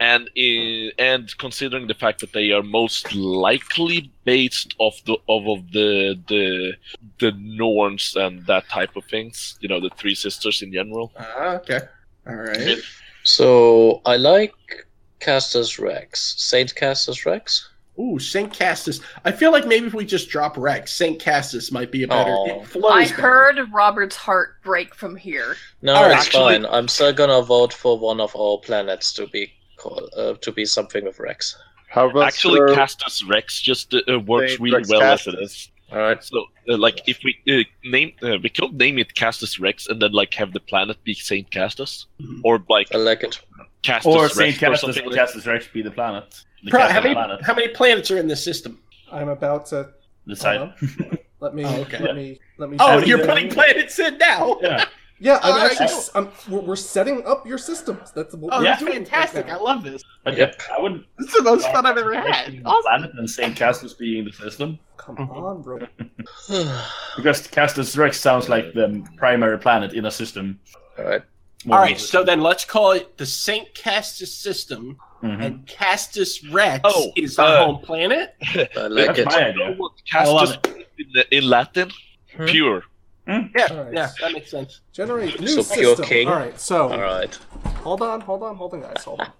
[SPEAKER 7] and uh, and considering the fact that they are most likely based off the of, of the the the Norns and that type of things, you know, the three sisters in general.
[SPEAKER 3] okay. All right.
[SPEAKER 9] So I like Castus Rex. Saint Castus Rex.
[SPEAKER 3] Ooh, Saint Castus. I feel like maybe if we just drop Rex, Saint Castus might be a better.
[SPEAKER 7] Oh.
[SPEAKER 9] Aw.
[SPEAKER 3] It flows
[SPEAKER 6] I
[SPEAKER 3] better.
[SPEAKER 6] heard Robert's heart break from here.
[SPEAKER 9] No,
[SPEAKER 3] All right,
[SPEAKER 9] it's
[SPEAKER 3] actually-
[SPEAKER 9] fine. I'm still gonna vote for one of our planets to be called uh, to be something with Rex.
[SPEAKER 5] How about
[SPEAKER 7] Actually,
[SPEAKER 9] Sir-
[SPEAKER 7] Castus Rex just uh, uh, works
[SPEAKER 9] Saint
[SPEAKER 7] really
[SPEAKER 9] Rex
[SPEAKER 7] well as it
[SPEAKER 9] Castus.
[SPEAKER 7] is.
[SPEAKER 9] All right.
[SPEAKER 7] So, uh, like, if we uh, name, uh, we could name it Castus Rex, and then like have the planet be Saint Castus, or like
[SPEAKER 9] I like it.
[SPEAKER 7] Castus
[SPEAKER 8] or
[SPEAKER 7] Rex
[SPEAKER 8] Saint
[SPEAKER 7] or
[SPEAKER 8] Castus,
[SPEAKER 7] something. like-
[SPEAKER 8] Castus Rex be the planet. The
[SPEAKER 3] Pro- how
[SPEAKER 8] Castus
[SPEAKER 3] many
[SPEAKER 8] planet.
[SPEAKER 3] how many planets are in this system?
[SPEAKER 4] I'm about to.
[SPEAKER 8] The side.
[SPEAKER 4] Let me.
[SPEAKER 3] Oh, okay.
[SPEAKER 4] Let me. Let me.
[SPEAKER 3] Oh,
[SPEAKER 4] see
[SPEAKER 3] you're
[SPEAKER 4] that.
[SPEAKER 3] putting planets in now.
[SPEAKER 8] Yeah.
[SPEAKER 4] Yeah, I'm
[SPEAKER 3] All right.
[SPEAKER 4] actually. I'm, we're, we're setting up your systems. That's what
[SPEAKER 3] Oh,
[SPEAKER 4] we're
[SPEAKER 3] that's
[SPEAKER 4] doing right
[SPEAKER 3] fantastic!
[SPEAKER 4] now.
[SPEAKER 3] I love this.
[SPEAKER 8] But
[SPEAKER 9] Yep.
[SPEAKER 8] yeah, I wouldn't.
[SPEAKER 3] This is the most fun I've ever had.
[SPEAKER 8] the planet and Saint Castus being the system.
[SPEAKER 4] Come
[SPEAKER 7] Mm-hmm.
[SPEAKER 4] on, bro.
[SPEAKER 8] Because Castus Rex sounds like the primary planet in a system.
[SPEAKER 9] All right.
[SPEAKER 3] All right, so then let's call it the Saint Castus system, and Castus Rex
[SPEAKER 7] Mm-hmm. Oh,
[SPEAKER 3] is our
[SPEAKER 7] uh,
[SPEAKER 3] home planet.
[SPEAKER 9] I like
[SPEAKER 8] That's
[SPEAKER 9] it.
[SPEAKER 8] my
[SPEAKER 7] You know
[SPEAKER 8] idea.
[SPEAKER 7] what
[SPEAKER 8] I love
[SPEAKER 7] Castus in, in Latin?
[SPEAKER 6] Hmm?
[SPEAKER 7] Pure.
[SPEAKER 3] Hmm? Yeah,
[SPEAKER 4] All right.
[SPEAKER 3] yeah, that makes sense.
[SPEAKER 4] Generate new
[SPEAKER 9] So pure
[SPEAKER 4] system.
[SPEAKER 9] king.
[SPEAKER 4] All right. So
[SPEAKER 9] All right.
[SPEAKER 4] hold on, hold on, hold on, guys. Hold on.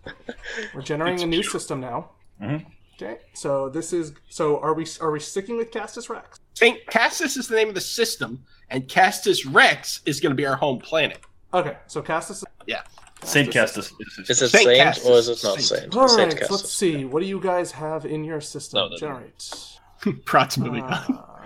[SPEAKER 4] We're generating a new system now.
[SPEAKER 7] Mm-hmm.
[SPEAKER 8] Mhm.
[SPEAKER 4] Okay. So this is. So are we? Are we sticking with Castus Rex?
[SPEAKER 3] Saint Castus is the name of the system, and Castus Rex is going to be our home planet.
[SPEAKER 4] Okay. So Castus.
[SPEAKER 3] Yeah,
[SPEAKER 8] Saint Castus. is the system.
[SPEAKER 9] Is it
[SPEAKER 3] Saint
[SPEAKER 9] Saint,
[SPEAKER 3] Castus.
[SPEAKER 9] or is it not
[SPEAKER 3] Saint.
[SPEAKER 9] Saint?
[SPEAKER 4] All right.
[SPEAKER 9] Saint
[SPEAKER 4] so Let's
[SPEAKER 9] Castus.
[SPEAKER 4] see. What do you guys have in your system?
[SPEAKER 7] No, no, no.
[SPEAKER 4] Generate.
[SPEAKER 3] Proxima.
[SPEAKER 4] Ah.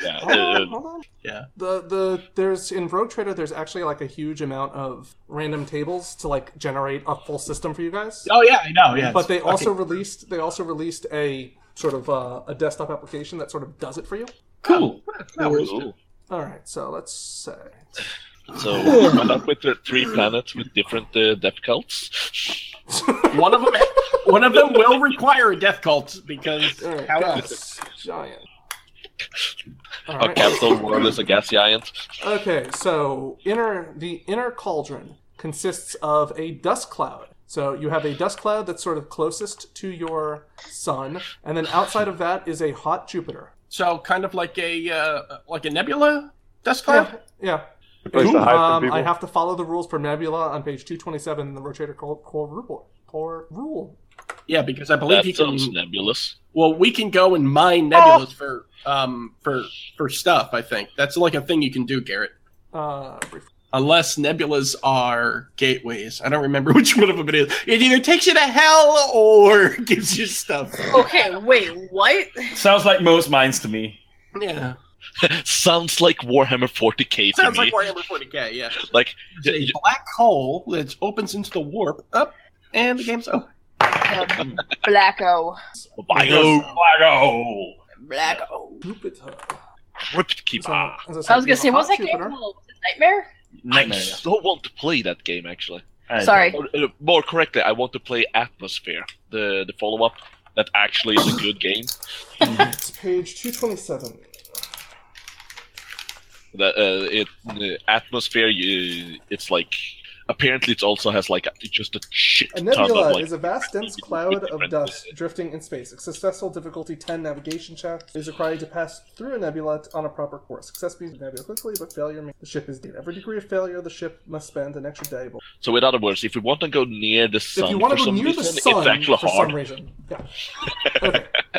[SPEAKER 7] Yeah.
[SPEAKER 4] Hold
[SPEAKER 7] uh,
[SPEAKER 4] on, hold on.
[SPEAKER 3] Yeah.
[SPEAKER 4] The the there's in Rogue Trader there's actually like a huge amount of random tables to like generate a full system for you guys.
[SPEAKER 3] Oh yeah, I know. Yeah,
[SPEAKER 4] but they
[SPEAKER 3] it's
[SPEAKER 4] also
[SPEAKER 3] fucking-
[SPEAKER 4] released they also released a sort of uh, a desktop application that sort of does it for you.
[SPEAKER 8] cool.
[SPEAKER 3] That was-
[SPEAKER 7] Ooh.
[SPEAKER 4] All right, so let's say
[SPEAKER 7] So we end up with uh, three planets with different uh, depth cults.
[SPEAKER 3] one of them. One of them will require a death cult because
[SPEAKER 4] all right,
[SPEAKER 3] how
[SPEAKER 4] gas giant. All
[SPEAKER 7] A capital world is a gas giant.
[SPEAKER 4] Okay, so inner the inner cauldron consists of a dust cloud. So you have a dust cloud that's sort of closest to your sun, and then outside of that is a hot Jupiter.
[SPEAKER 3] so kind of like a uh, like a nebula dust cloud.
[SPEAKER 4] Yeah.
[SPEAKER 5] place to hide from
[SPEAKER 4] Um, I
[SPEAKER 5] people.
[SPEAKER 4] have to follow the rules for Nebula on page 227 in the Rotator Core, core, rule, core rule.
[SPEAKER 3] Yeah, because I believe
[SPEAKER 7] That
[SPEAKER 3] he can.
[SPEAKER 7] sounds nebulous.
[SPEAKER 3] Well, we can go and mine nebulas
[SPEAKER 4] Oh!
[SPEAKER 3] for um for for stuff. I think that's like a thing you can do, Garrett.
[SPEAKER 4] Uh,
[SPEAKER 3] Unless nebulas are gateways. I don't remember which one of them it is. It either takes you to hell or gives you stuff.
[SPEAKER 6] Okay, wait, what?
[SPEAKER 8] Sounds like most minds to me.
[SPEAKER 3] Yeah.
[SPEAKER 7] sounds like Warhammer 40k to
[SPEAKER 3] Sounds
[SPEAKER 7] me.
[SPEAKER 3] like Warhammer 40k, yeah.
[SPEAKER 7] like
[SPEAKER 3] It's a black hole that opens into the warp up and the game's over.
[SPEAKER 10] Blacko.
[SPEAKER 7] Bio
[SPEAKER 8] Blago.
[SPEAKER 10] Blacko.
[SPEAKER 4] Jupiter.
[SPEAKER 7] Crypt Keeper.
[SPEAKER 4] As
[SPEAKER 10] I was
[SPEAKER 4] said,
[SPEAKER 10] gonna
[SPEAKER 4] the
[SPEAKER 10] say, what's
[SPEAKER 4] hot
[SPEAKER 10] that game
[SPEAKER 3] uh,
[SPEAKER 4] Jupiter-
[SPEAKER 10] called? Was it Nightmare?
[SPEAKER 7] I
[SPEAKER 8] Nightmare.
[SPEAKER 7] so want to play that game actually.
[SPEAKER 8] I-
[SPEAKER 10] Sorry.
[SPEAKER 7] Or, uh, more correctly, I want to play Atmosphere, the the follow up that actually is a good game.
[SPEAKER 4] It's page 227.
[SPEAKER 7] That uh, it the atmosphere, you, it's like apparently it also has like just a shit
[SPEAKER 4] A
[SPEAKER 7] ton of
[SPEAKER 4] nebula
[SPEAKER 7] like
[SPEAKER 4] is a vast, dense cloud of dust drifting in space. A successful difficulty 10 navigation check is required to pass through a nebula on a proper course. Success means nebula quickly, but failure means the ship is dead. Every degree of failure, the ship must spend an extra day.
[SPEAKER 7] So in other words, if we want to go near the sun,
[SPEAKER 4] if you want
[SPEAKER 7] for
[SPEAKER 4] to go
[SPEAKER 7] some
[SPEAKER 4] near
[SPEAKER 7] reason,
[SPEAKER 4] the sun,
[SPEAKER 7] it's actually
[SPEAKER 4] for
[SPEAKER 7] hard.
[SPEAKER 4] some reason.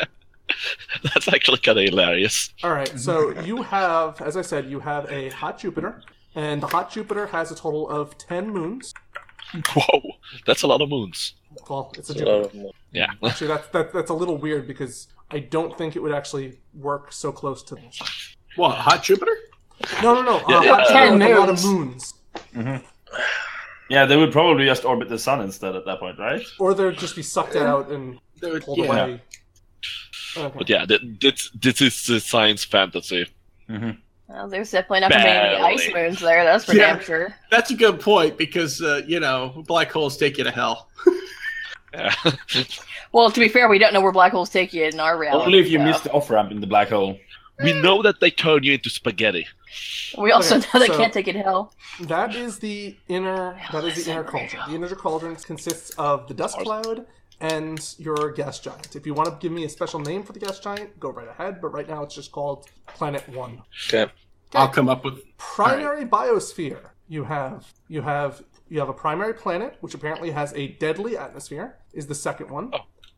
[SPEAKER 4] Yeah.
[SPEAKER 7] That's actually kind of hilarious.
[SPEAKER 4] All right, so you have, as I said, you have a hot Jupiter, and the hot Jupiter has a total of 10 moons.
[SPEAKER 7] Whoa, that's a lot of moons.
[SPEAKER 4] Well, it's a
[SPEAKER 7] It's a lot of
[SPEAKER 4] Jupiter.
[SPEAKER 7] moons. Yeah.
[SPEAKER 4] um, Actually, that's, that, that's a little weird because I don't think it would actually work so close to this.
[SPEAKER 3] What, hot Jupiter?
[SPEAKER 4] No, no, no. Uh,
[SPEAKER 8] Yeah,
[SPEAKER 4] hot
[SPEAKER 8] yeah.
[SPEAKER 4] Jupiter with a lot of
[SPEAKER 8] Ten
[SPEAKER 4] moons.
[SPEAKER 8] Mm-hmm. Yeah, they would probably just orbit the sun instead at that point, right?
[SPEAKER 4] Or they'd just be sucked out and pulled
[SPEAKER 8] yeah.
[SPEAKER 4] away. Okay.
[SPEAKER 7] But yeah, th- this this is uh, science fantasy.
[SPEAKER 6] Well, there's definitely not going to be any
[SPEAKER 7] Barely.
[SPEAKER 6] ice moons there. That's for
[SPEAKER 3] Yeah.
[SPEAKER 6] damn sure.
[SPEAKER 3] That's a good point because uh, you know black holes take you to hell.
[SPEAKER 6] Well, to be fair, we don't know where black holes take you in our reality.
[SPEAKER 8] Only if you
[SPEAKER 6] so.
[SPEAKER 8] miss the off ramp in the black hole.
[SPEAKER 7] We know that they turn you into spaghetti.
[SPEAKER 6] We also
[SPEAKER 4] Okay,
[SPEAKER 6] know they
[SPEAKER 4] so-
[SPEAKER 6] can't take it to hell.
[SPEAKER 4] That is the inner. That is the inner cauldron. The inner cauldron consists of the dust cloud and your gas giant. If you want to give me a special name for the gas giant, go right ahead. But right now, it's just called Planet One.
[SPEAKER 9] Okay.
[SPEAKER 3] I'll come up with
[SPEAKER 4] Primary biosphere. You have you have you have a primary planet, which apparently has a deadly atmosphere. Is the second one,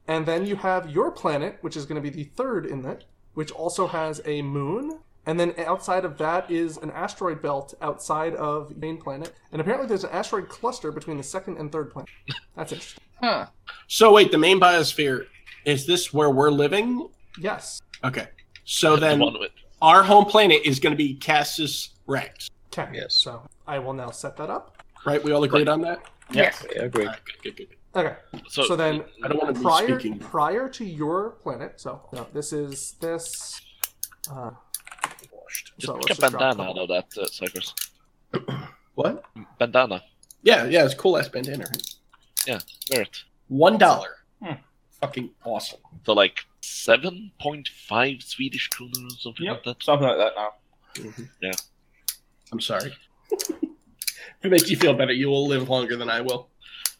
[SPEAKER 4] and then you have your planet, which is going to be the third inlet, which also has a moon. And then outside of that is an asteroid belt outside of your main planet, and apparently there's an asteroid cluster between the second and third planet. That's interesting.
[SPEAKER 6] Huh.
[SPEAKER 3] So wait, the main biosphere is this where we're living?
[SPEAKER 4] Yes,
[SPEAKER 3] Okay. So then
[SPEAKER 7] one with-
[SPEAKER 3] our home planet is going to be Cassis Rex,
[SPEAKER 4] okay. So I will now set that up.
[SPEAKER 3] right? We all agreed on that.
[SPEAKER 4] Yes.
[SPEAKER 9] Yeah, agreed.
[SPEAKER 3] All right, good, good, good.
[SPEAKER 4] Okay. So,
[SPEAKER 3] So-
[SPEAKER 4] then,
[SPEAKER 3] I don't wanna be
[SPEAKER 4] prior
[SPEAKER 3] speaking.
[SPEAKER 4] prior to your planet. So no, this is this. Uh,
[SPEAKER 7] Just
[SPEAKER 4] so
[SPEAKER 7] make
[SPEAKER 4] let's just
[SPEAKER 7] a
[SPEAKER 4] drop
[SPEAKER 7] bandana out of that, uh, Cypress.
[SPEAKER 3] What?
[SPEAKER 7] Bandana.
[SPEAKER 3] Yeah, yeah, it's a cool ass bandana. Right?
[SPEAKER 7] Yeah, wear it.
[SPEAKER 3] One dollar.
[SPEAKER 8] Hmm.
[SPEAKER 3] Fucking awesome.
[SPEAKER 7] So like seven point five Swedish kronor or something like that.
[SPEAKER 8] Something like that now.
[SPEAKER 7] Yeah.
[SPEAKER 3] Mm-hmm. I'm sorry. If it makes you feel better, you will live longer than I will.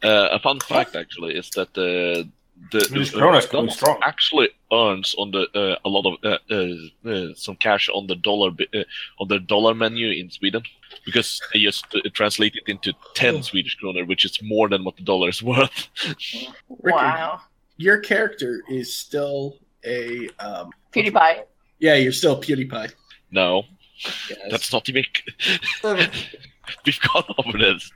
[SPEAKER 7] Uh, a fun fact actually is that uh, the
[SPEAKER 8] Swedish
[SPEAKER 7] the-
[SPEAKER 8] krona is
[SPEAKER 7] the
[SPEAKER 8] going
[SPEAKER 7] dollar
[SPEAKER 8] strong.
[SPEAKER 7] actually earns on the uh, a lot of uh, uh, uh, some cash on the dollar bi- uh, on the dollar menu in Sweden because they just uh, translate it into
[SPEAKER 8] Oh.
[SPEAKER 7] ten Swedish kronor, which is more than what the dollar is worth.
[SPEAKER 6] Wow.
[SPEAKER 3] Your character is still a um,
[SPEAKER 6] PewDiePie.
[SPEAKER 3] Yeah, you're still PewDiePie.
[SPEAKER 7] No,
[SPEAKER 3] Yes.
[SPEAKER 7] that's not even.
[SPEAKER 4] Okay.
[SPEAKER 7] We've gone over this.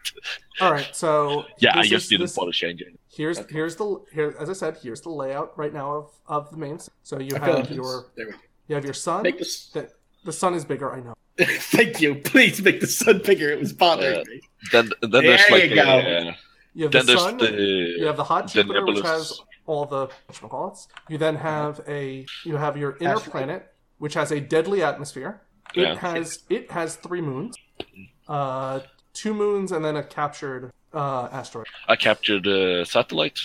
[SPEAKER 4] All right. So
[SPEAKER 7] Yeah,
[SPEAKER 4] this
[SPEAKER 7] I
[SPEAKER 4] is-
[SPEAKER 7] just didn't
[SPEAKER 4] this-
[SPEAKER 7] bother changing. it.
[SPEAKER 4] Here's here's the here as I said here's the layout right now of of the main. So you
[SPEAKER 3] I feel
[SPEAKER 4] have
[SPEAKER 3] like
[SPEAKER 4] your
[SPEAKER 3] it's- there we go.
[SPEAKER 4] you have your sun.
[SPEAKER 3] Make this-
[SPEAKER 4] The, the sun is bigger. I know.
[SPEAKER 3] Thank you. Please make the sun bigger. It was bothering
[SPEAKER 7] Uh,
[SPEAKER 3] me.
[SPEAKER 7] Then, then there's
[SPEAKER 3] There
[SPEAKER 7] like
[SPEAKER 3] you go.
[SPEAKER 7] a,
[SPEAKER 4] You have
[SPEAKER 7] then
[SPEAKER 4] the
[SPEAKER 7] there's
[SPEAKER 4] sun.
[SPEAKER 7] the
[SPEAKER 4] you have the hot
[SPEAKER 7] the
[SPEAKER 4] Jupiter, which
[SPEAKER 7] nebulous-
[SPEAKER 4] has all the whatchamacallits. You then have a you have your inner
[SPEAKER 3] Asteroid.
[SPEAKER 4] planet, which has a deadly atmosphere. It
[SPEAKER 7] Yeah.
[SPEAKER 4] has it has three moons, uh, two moons, and then a captured uh, asteroid.
[SPEAKER 7] I captured uh, satellite.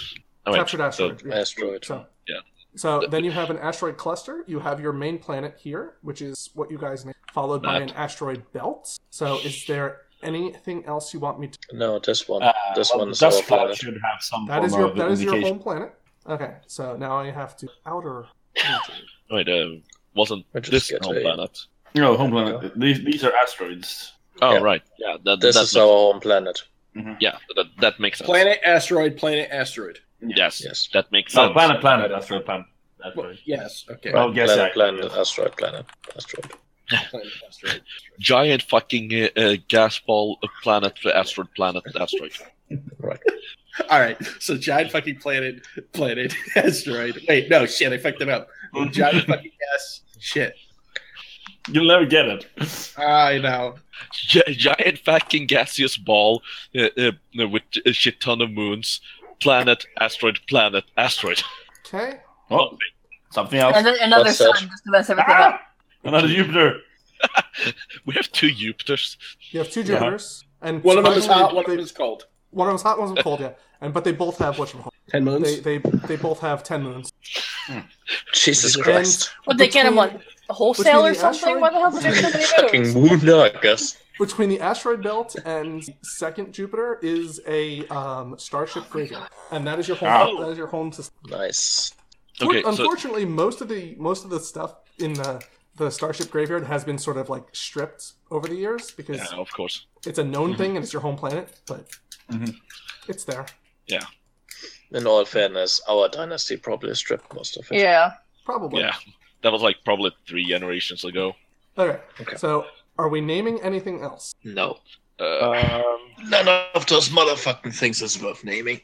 [SPEAKER 7] Oh, wait,
[SPEAKER 4] captured
[SPEAKER 7] uh,
[SPEAKER 4] asteroid. yeah.
[SPEAKER 9] Asteroid.
[SPEAKER 4] So,
[SPEAKER 7] yeah.
[SPEAKER 4] So then you have an asteroid cluster. You have your main planet here, which is what you guys name, followed by
[SPEAKER 9] That.
[SPEAKER 4] an asteroid belt. So is there anything else you want me to?
[SPEAKER 9] No, this one.
[SPEAKER 8] Uh,
[SPEAKER 9] this
[SPEAKER 8] well,
[SPEAKER 9] one is
[SPEAKER 8] Dust
[SPEAKER 9] our
[SPEAKER 8] Cloud
[SPEAKER 9] planet.
[SPEAKER 8] should have some
[SPEAKER 4] That
[SPEAKER 8] form
[SPEAKER 4] is your
[SPEAKER 8] of
[SPEAKER 4] that is your
[SPEAKER 8] indication.
[SPEAKER 4] home planet. Okay, so now I have to outer. region.
[SPEAKER 7] Wait, uh, wasn't
[SPEAKER 9] just
[SPEAKER 7] this
[SPEAKER 9] get
[SPEAKER 7] home
[SPEAKER 9] a-
[SPEAKER 7] planet?
[SPEAKER 8] No, home planet. These, these are asteroids.
[SPEAKER 7] Oh,
[SPEAKER 9] Yeah.
[SPEAKER 7] right. Yeah, that,
[SPEAKER 9] This
[SPEAKER 7] that
[SPEAKER 9] is
[SPEAKER 7] makes-
[SPEAKER 9] our home planet.
[SPEAKER 7] Yeah, that, that makes sense.
[SPEAKER 3] Planet, asteroid, planet, asteroid.
[SPEAKER 7] Yes,
[SPEAKER 9] Yes.
[SPEAKER 7] that makes
[SPEAKER 8] No,
[SPEAKER 7] sense.
[SPEAKER 8] planet, planet, asteroid, planet.
[SPEAKER 3] Well,
[SPEAKER 8] asteroid.
[SPEAKER 3] yes. Okay.
[SPEAKER 8] Well, yes,
[SPEAKER 9] planet,
[SPEAKER 8] I-
[SPEAKER 9] planet, asteroid, planet, asteroid.
[SPEAKER 3] Planet, asteroid.
[SPEAKER 7] Giant fucking uh, uh, gas ball uh, planet, uh, asteroid, planet, asteroid.
[SPEAKER 3] All right. So giant fucking planet, planet, asteroid. Wait, no, shit. I fucked it up. Giant fucking gas. Shit.
[SPEAKER 8] Mm-hmm. You'll never get it.
[SPEAKER 3] I know.
[SPEAKER 7] Gi- giant fucking gaseous ball uh, uh, with a shit ton of moons. Planet, asteroid, planet, asteroid.
[SPEAKER 4] Okay.
[SPEAKER 8] Oh, something else.
[SPEAKER 6] And then another
[SPEAKER 7] What's
[SPEAKER 6] sun
[SPEAKER 7] that?
[SPEAKER 6] just to mess everything up.
[SPEAKER 8] Another Jupiter.
[SPEAKER 7] We have two Jupiters.
[SPEAKER 4] You have two Jupiters, and
[SPEAKER 3] One of them is
[SPEAKER 4] surprisingly,
[SPEAKER 3] hot. One of
[SPEAKER 4] they-
[SPEAKER 3] them is cold.
[SPEAKER 4] One of them is hot. One of them is cold. Yeah, and but they both have whatchamacallit.
[SPEAKER 11] Ten moons.
[SPEAKER 4] They, they they both have ten moons.
[SPEAKER 9] Jesus
[SPEAKER 4] And
[SPEAKER 9] Christ.
[SPEAKER 10] Would they get him
[SPEAKER 4] between-
[SPEAKER 10] on a wholesale or
[SPEAKER 4] between the
[SPEAKER 10] something? Why the hell would they get so many moons?
[SPEAKER 9] Fucking moon, I guess.
[SPEAKER 4] Between the asteroid belt and second Jupiter is a um, starship graveyard, and that is your home.
[SPEAKER 9] Wow.
[SPEAKER 4] That is your home system.
[SPEAKER 9] Nice.
[SPEAKER 4] For- unfortunately, most of the most of the stuff in the the starship graveyard has been sort of like stripped over the years because
[SPEAKER 7] Yeah, of course. Mm-hmm.
[SPEAKER 4] it's a known
[SPEAKER 7] Mhm.
[SPEAKER 4] thing and it's your home planet, but it's there.
[SPEAKER 7] Yeah.
[SPEAKER 9] In all fairness, our dynasty probably stripped most of it.
[SPEAKER 10] Yeah.
[SPEAKER 4] Probably.
[SPEAKER 7] Yeah. That was like probably three generations ago.
[SPEAKER 4] Okay. So, are we naming anything else?
[SPEAKER 9] No.
[SPEAKER 7] Uh,
[SPEAKER 9] Um, None of those motherfucking things is worth naming.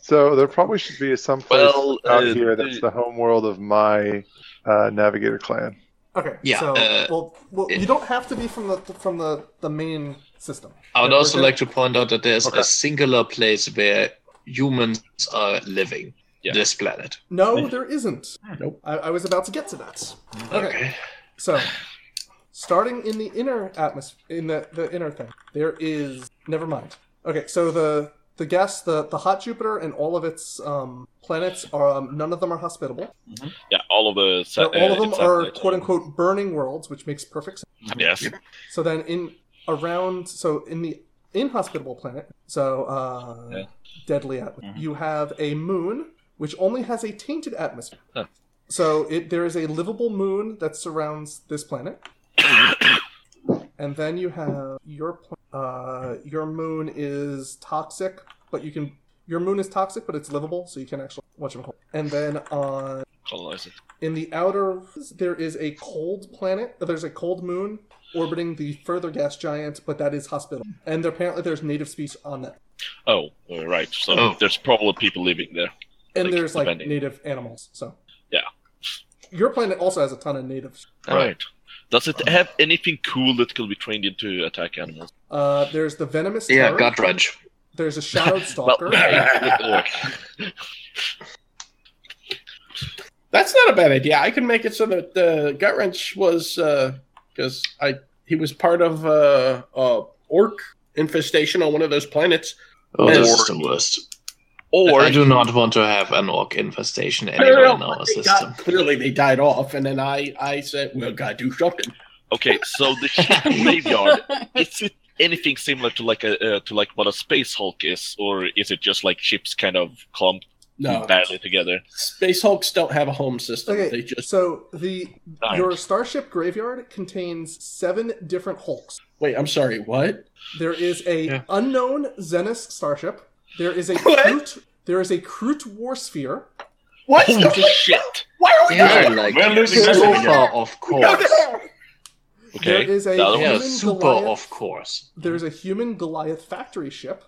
[SPEAKER 5] So there probably should be some place
[SPEAKER 9] Well,
[SPEAKER 5] out
[SPEAKER 9] uh,
[SPEAKER 5] here that's the homeworld of my uh, navigator clan.
[SPEAKER 4] Okay.
[SPEAKER 5] Yeah,
[SPEAKER 4] So,
[SPEAKER 5] uh,
[SPEAKER 4] well, well, you don't have to be from the from the the main system.
[SPEAKER 9] I would
[SPEAKER 4] Yeah,
[SPEAKER 9] also
[SPEAKER 4] we're
[SPEAKER 9] like
[SPEAKER 4] good.
[SPEAKER 9] to point out that there's a singular place where humans are living. This planet.
[SPEAKER 4] No, there isn't. Nope. I, I was about to get to that. Okay. So, starting in the inner atmosphere, in the, the inner thing, there is. Never mind. Okay. So the the gas, the the hot Jupiter, and all of its um, planets are um, none of them are hospitable.
[SPEAKER 7] yeah, all of the. sa-
[SPEAKER 4] They're- all of
[SPEAKER 7] uh,
[SPEAKER 4] them
[SPEAKER 7] it's
[SPEAKER 4] are
[SPEAKER 7] satellites.
[SPEAKER 4] quote unquote burning worlds, which makes perfect sense.
[SPEAKER 7] Yes.
[SPEAKER 4] So then in around so in the inhospitable planet, so uh,
[SPEAKER 7] Yeah. Mm-hmm.
[SPEAKER 4] deadly atmosphere, you have a moon which only has a tainted atmosphere.
[SPEAKER 7] Huh.
[SPEAKER 4] So it there is a livable moon that surrounds this planet. and then you have your pl- uh, your moon is toxic, but you can your moon is toxic, but it's livable, so you can actually watch them. And then on
[SPEAKER 7] Colonize it.
[SPEAKER 4] in the outer, there is a cold planet. There's a cold moon orbiting the further gas giant, but that is hospitable. And apparently, there's native species on that.
[SPEAKER 7] Oh, uh, right. So
[SPEAKER 4] Oh.
[SPEAKER 7] there's probably people living there.
[SPEAKER 4] And there's like
[SPEAKER 7] depending.
[SPEAKER 4] native animals. So
[SPEAKER 7] Yeah.
[SPEAKER 4] your planet also has a ton of natives.
[SPEAKER 7] All right. Does it have anything cool that can be trained into attack animals?
[SPEAKER 4] Uh, there's the venomous.
[SPEAKER 7] Yeah,
[SPEAKER 4] terror.
[SPEAKER 7] gut wrench.
[SPEAKER 4] There's a shadowed stalker.
[SPEAKER 11] That's not a bad idea. I can make it so that uh, gut wrench was
[SPEAKER 3] uh,
[SPEAKER 11] because I he was part of uh, uh, orc infestation on one of those planets.
[SPEAKER 9] Oh,
[SPEAKER 11] And-
[SPEAKER 9] this is the worst.
[SPEAKER 7] Or
[SPEAKER 9] I do not want to have an orc infestation
[SPEAKER 11] I don't
[SPEAKER 9] anywhere in
[SPEAKER 11] know,
[SPEAKER 9] our
[SPEAKER 11] but they
[SPEAKER 9] system.
[SPEAKER 11] got- clearly, they died off, and then I, I said, "Well, gotta do something."
[SPEAKER 7] Okay, so the human graveyard is it anything similar to like a uh, to like what a space Hulk is, or is it just like ships kind of clumped
[SPEAKER 11] No.
[SPEAKER 7] badly together?
[SPEAKER 11] Space Hulks don't have a home system.
[SPEAKER 4] Okay,
[SPEAKER 11] They just
[SPEAKER 4] so the
[SPEAKER 11] Alright.
[SPEAKER 4] your starship graveyard contains seven different hulks.
[SPEAKER 11] wait. I'm sorry. What?
[SPEAKER 4] There is a unknown Zenus starship. There is a Crute, there is a Crute war sphere.
[SPEAKER 11] What?
[SPEAKER 7] shit!
[SPEAKER 11] Why are
[SPEAKER 4] we
[SPEAKER 9] Yeah,
[SPEAKER 4] doing
[SPEAKER 9] like,
[SPEAKER 4] We're losing
[SPEAKER 9] super
[SPEAKER 4] this again.
[SPEAKER 9] of course.
[SPEAKER 4] Okay, There is a
[SPEAKER 9] the other
[SPEAKER 4] human
[SPEAKER 9] one. super
[SPEAKER 4] Goliath.
[SPEAKER 9] of course.
[SPEAKER 4] There is a human Goliath factory ship.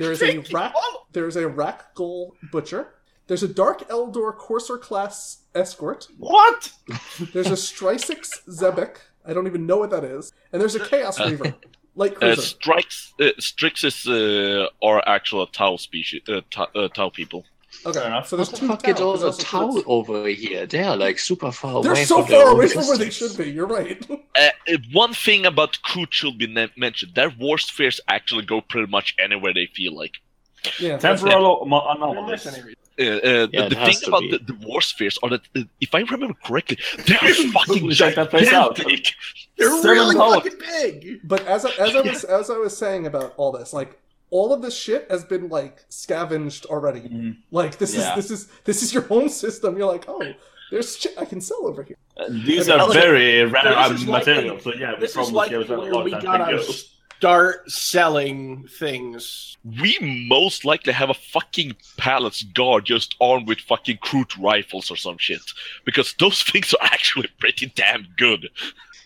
[SPEAKER 4] There is a rack. There is a rack goal butcher. There's a dark Eldor Corsair class escort.
[SPEAKER 11] What?
[SPEAKER 4] There's a Strysix Zebek. I don't even know what that is. And there's a Chaos
[SPEAKER 7] Uh,
[SPEAKER 4] Reaver, Light
[SPEAKER 7] Uh,
[SPEAKER 4] Cruiser.
[SPEAKER 7] strikes uh, Strixes uh, are actual Tau species, uh, Tau, uh, Tau people.
[SPEAKER 4] okay, so there's
[SPEAKER 9] What the
[SPEAKER 4] two
[SPEAKER 9] fuck get
[SPEAKER 4] towns,
[SPEAKER 9] all the
[SPEAKER 4] there's also
[SPEAKER 9] towel over here? They are like super far
[SPEAKER 4] They're
[SPEAKER 9] away.
[SPEAKER 4] so
[SPEAKER 9] their
[SPEAKER 4] far
[SPEAKER 9] own
[SPEAKER 4] away from where
[SPEAKER 9] system.
[SPEAKER 4] they should be. You're right.
[SPEAKER 7] Uh, uh, one thing about Crute should be na- mentioned: their war spheres actually go pretty much anywhere they feel like.
[SPEAKER 4] Yeah.
[SPEAKER 8] Temporal anom- anomalies.
[SPEAKER 7] Uh, uh, the-
[SPEAKER 8] Yeah, it
[SPEAKER 7] the
[SPEAKER 8] has
[SPEAKER 7] thing
[SPEAKER 8] to
[SPEAKER 7] about
[SPEAKER 8] be.
[SPEAKER 7] the, the war spheres are that, uh, if I remember correctly, they are fucking
[SPEAKER 8] check that place out.
[SPEAKER 7] gigantic.
[SPEAKER 11] They're
[SPEAKER 7] Seven
[SPEAKER 11] really
[SPEAKER 7] Hulk.
[SPEAKER 11] fucking big.
[SPEAKER 4] But as I, as I was as I was saying about all this, like all of this shit has been like scavenged already.
[SPEAKER 9] Mm-hmm.
[SPEAKER 4] Like this
[SPEAKER 8] Yeah.
[SPEAKER 4] is this is this is your home system. You're like, oh, there's shit I can sell over here.
[SPEAKER 8] These
[SPEAKER 4] Okay,
[SPEAKER 8] are
[SPEAKER 4] okay.
[SPEAKER 8] very rare
[SPEAKER 11] This
[SPEAKER 8] um,
[SPEAKER 11] is like-
[SPEAKER 8] material, so yeah, we
[SPEAKER 11] this is
[SPEAKER 8] probably
[SPEAKER 11] like
[SPEAKER 8] gave them a
[SPEAKER 11] where
[SPEAKER 8] lot
[SPEAKER 11] we
[SPEAKER 8] of
[SPEAKER 11] got
[SPEAKER 8] time
[SPEAKER 11] our
[SPEAKER 8] to go.
[SPEAKER 11] start selling things.
[SPEAKER 7] We most likely have a fucking palace guard just armed with fucking Crute rifles or some shit, because those things are actually pretty damn good.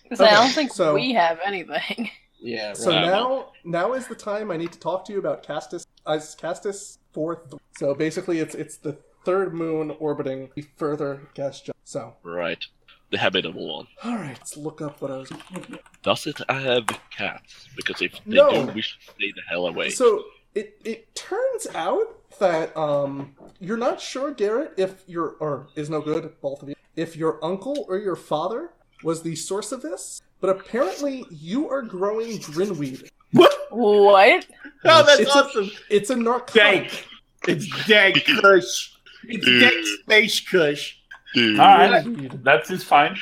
[SPEAKER 10] 'Cause I don't
[SPEAKER 4] Okay,
[SPEAKER 10] think
[SPEAKER 4] so-
[SPEAKER 10] we have anything.
[SPEAKER 11] Yeah.
[SPEAKER 4] So
[SPEAKER 7] right.
[SPEAKER 4] now now is the time I need to talk to you about Castus as Castus fourth. So basically, it's it's the third moon orbiting the further gas giant. So
[SPEAKER 7] Right, the habitable one.
[SPEAKER 4] all right, let's look up what I was.
[SPEAKER 7] Does it have cats? Because if they
[SPEAKER 4] No.
[SPEAKER 7] do, we should stay the hell away.
[SPEAKER 4] So it it turns out that um you're not sure, Garrett, if your or is no good, both of you, if your uncle or your father was the source of this, but apparently you are growing grinweed.
[SPEAKER 11] What?
[SPEAKER 10] What?
[SPEAKER 11] Oh, that's
[SPEAKER 4] it's
[SPEAKER 11] awesome.
[SPEAKER 4] A, it's a narcotic.
[SPEAKER 11] It's dead Kush. It's dead space Kush.
[SPEAKER 8] All right, that is fine.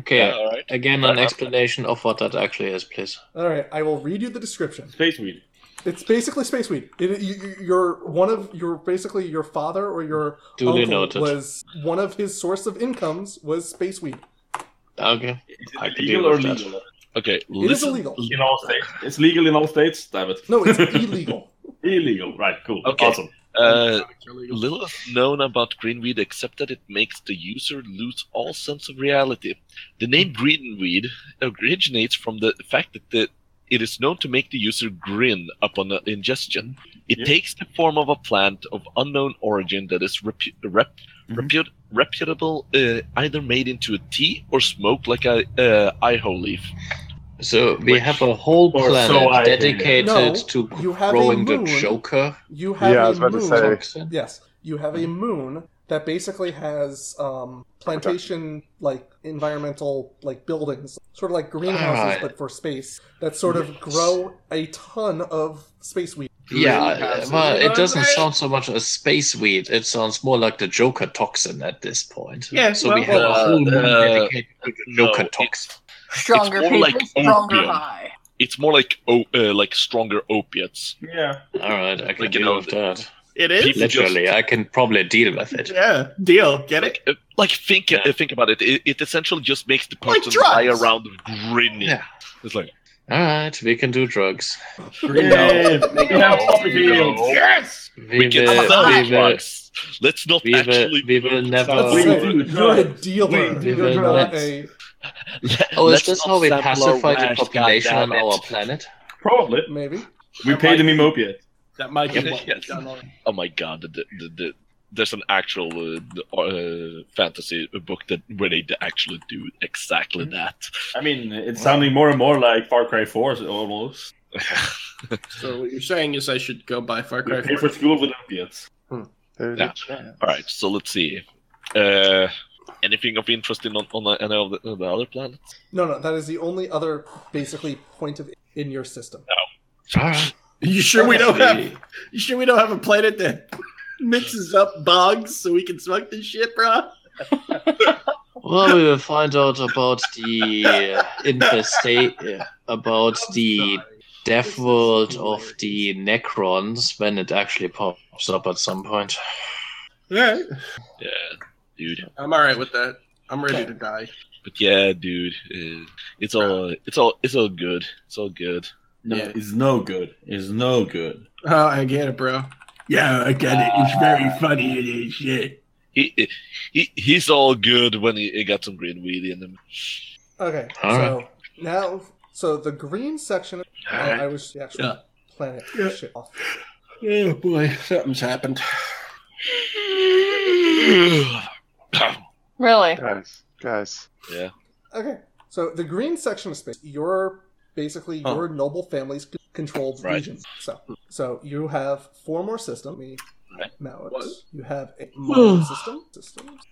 [SPEAKER 9] Okay.
[SPEAKER 11] Yeah, all right.
[SPEAKER 9] Again,
[SPEAKER 7] uh,
[SPEAKER 9] an explanation of what that actually is, please.
[SPEAKER 4] All right, I will read you the description.
[SPEAKER 8] Space weed.
[SPEAKER 4] It's basically space weed. It, you, you- you're one of you're basically your father or your
[SPEAKER 9] Duly
[SPEAKER 4] uncle
[SPEAKER 9] noted.
[SPEAKER 4] was one of his source of incomes was space weed.
[SPEAKER 9] Okay.
[SPEAKER 8] I
[SPEAKER 9] can
[SPEAKER 8] legal
[SPEAKER 9] deal
[SPEAKER 8] or
[SPEAKER 9] with that.
[SPEAKER 8] legal? Okay,
[SPEAKER 4] listen- illegal.
[SPEAKER 8] in all states. It's legal in all states. Damn it!
[SPEAKER 4] No, it's illegal.
[SPEAKER 8] illegal. Right. Cool.
[SPEAKER 7] Okay.
[SPEAKER 8] Awesome.
[SPEAKER 7] Uh, little is known about greenweed except that it makes the user lose all sense of reality. The name greenweed originates from the fact that the, it is known to make the user grin upon uh, ingestion. It takes the form of a plant of unknown origin that is repu- rep- reput- reputable, uh, either made into a tea or smoked like a uh, iho leaf.
[SPEAKER 9] So we have a whole
[SPEAKER 7] Or
[SPEAKER 9] planet
[SPEAKER 7] so I hear.
[SPEAKER 9] dedicated
[SPEAKER 7] No,
[SPEAKER 9] to
[SPEAKER 4] you have a
[SPEAKER 9] growing the
[SPEAKER 4] moon.
[SPEAKER 9] Joker.
[SPEAKER 4] You have
[SPEAKER 9] Yeah,
[SPEAKER 4] a
[SPEAKER 9] I was about to
[SPEAKER 4] moon.
[SPEAKER 9] say.
[SPEAKER 4] Yes, you have a moon that basically has um, plantation like environmental like buildings, sort of like greenhouses,
[SPEAKER 9] Alright.
[SPEAKER 4] but for space that sort of grow a ton of space weed.
[SPEAKER 9] Yeah, uh,
[SPEAKER 4] Greenhouses.
[SPEAKER 9] well, it doesn't sound so much as space weed. It sounds more like the Joker toxin at this point.
[SPEAKER 4] Yeah,
[SPEAKER 9] so we
[SPEAKER 4] well-
[SPEAKER 9] have a whole moon
[SPEAKER 7] Uh,
[SPEAKER 9] dedicated to the
[SPEAKER 7] no,
[SPEAKER 9] Joker
[SPEAKER 7] it-
[SPEAKER 9] toxin.
[SPEAKER 10] Stronger
[SPEAKER 7] more
[SPEAKER 10] people,
[SPEAKER 7] like
[SPEAKER 10] stronger
[SPEAKER 7] opium.
[SPEAKER 10] high.
[SPEAKER 7] It's more like o- uh, like stronger opiates.
[SPEAKER 11] Yeah.
[SPEAKER 9] All right, I can
[SPEAKER 7] Like, you
[SPEAKER 9] deal
[SPEAKER 7] know,
[SPEAKER 9] with that.
[SPEAKER 11] It is? People just-
[SPEAKER 9] literally. I can probably deal with it.
[SPEAKER 11] Yeah, deal. Get
[SPEAKER 7] like, it? Like think uh, think about it. it. It essentially just makes the
[SPEAKER 11] Like
[SPEAKER 7] person lie
[SPEAKER 11] drugs.
[SPEAKER 7] around grinning.
[SPEAKER 9] Yeah.
[SPEAKER 7] It's like
[SPEAKER 9] All right, we can do drugs.
[SPEAKER 7] Yay,
[SPEAKER 11] we have poppy fields. Yes!
[SPEAKER 9] We,
[SPEAKER 7] We can
[SPEAKER 9] will,
[SPEAKER 7] sell
[SPEAKER 9] we will,
[SPEAKER 7] drugs. Let's not
[SPEAKER 9] we will, we will uh, never.
[SPEAKER 4] You're a dealer.
[SPEAKER 9] We
[SPEAKER 4] You're
[SPEAKER 9] will
[SPEAKER 4] not
[SPEAKER 9] not.
[SPEAKER 4] a.
[SPEAKER 9] Oh, is
[SPEAKER 7] Let's
[SPEAKER 9] this
[SPEAKER 7] not
[SPEAKER 9] how we
[SPEAKER 7] sample our
[SPEAKER 9] pacify the
[SPEAKER 7] wares,
[SPEAKER 9] population on
[SPEAKER 7] goddammit.
[SPEAKER 9] our planet?
[SPEAKER 8] Probably.
[SPEAKER 4] Maybe.
[SPEAKER 8] We paid him opiate.
[SPEAKER 11] That might
[SPEAKER 7] be what we've done Oh my god! The, the, the, there's an actual uh, the, uh, fantasy book that where they actually do exactly that.
[SPEAKER 8] I mean, it's sounding more and more like Far Cry 4 almost.
[SPEAKER 11] So what you're saying is I should go buy Far Cry
[SPEAKER 8] We pay
[SPEAKER 11] 4.
[SPEAKER 8] for school with opiates.
[SPEAKER 7] Yeah. All right. So let's see. Uh, anything of interest in on, on any of the, the other planets?
[SPEAKER 4] No, no, that is the only other basically point of in your system.
[SPEAKER 11] You sure we don't have? You sure we don't have a planet that mixes up bugs so we can smoke this shit, bro?
[SPEAKER 9] Well, we will find out about the infestation, about the death world of the Necrons when it actually pops up at some point.
[SPEAKER 11] Yeah,
[SPEAKER 7] Yeah, dude.
[SPEAKER 11] I'm all right with that. I'm ready to die.
[SPEAKER 7] But yeah, dude. Uh, it's all it's all it's all good. It's all good.
[SPEAKER 8] No, it's no good. It's no good.
[SPEAKER 11] Oh, I get it, bro. Yeah, I get it. It's very funny. It is shit.
[SPEAKER 7] He, he he's all good when he, he got some green weed in him.
[SPEAKER 4] Okay,
[SPEAKER 7] All
[SPEAKER 4] so now, so the green section.
[SPEAKER 7] All
[SPEAKER 4] I-
[SPEAKER 7] right.
[SPEAKER 4] I was the actual
[SPEAKER 11] Yeah.
[SPEAKER 4] planet shit off.
[SPEAKER 11] Oh boy, something's happened.
[SPEAKER 6] Really?
[SPEAKER 5] Guys, guys.
[SPEAKER 7] Yeah.
[SPEAKER 4] Okay, so the green section of space, your basically
[SPEAKER 5] Huh.
[SPEAKER 4] your noble family's c- controlled
[SPEAKER 5] Right.
[SPEAKER 4] region. So, so you have four more systems. Me, Malix. You have a mine system, systems,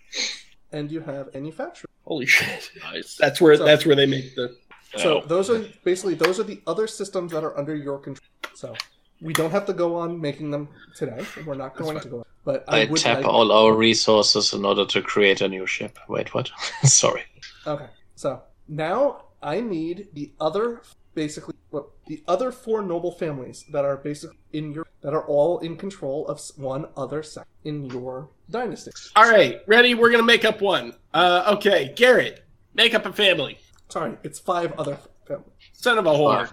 [SPEAKER 4] and you have a manufacturer.
[SPEAKER 11] Holy shit!
[SPEAKER 7] Nice.
[SPEAKER 11] That's where
[SPEAKER 4] So-
[SPEAKER 11] that's where they make the.
[SPEAKER 4] So those are basically those are the other systems that are under your control. So we don't have to go on making them today. We're not going to go. On. But I,
[SPEAKER 9] I
[SPEAKER 4] would
[SPEAKER 9] tap
[SPEAKER 4] like-
[SPEAKER 9] all our resources in order to create a new ship. Wait, what? Sorry.
[SPEAKER 4] Okay, so now I need the other basically what the other four noble families that are basically in your that are all in control of s- one other sect in your dynasty.
[SPEAKER 7] Oh.
[SPEAKER 11] All right, ready? We're gonna make up one. Uh, okay, Garrett, make up a family.
[SPEAKER 4] Sorry, it's five other families.
[SPEAKER 11] Son of a whore.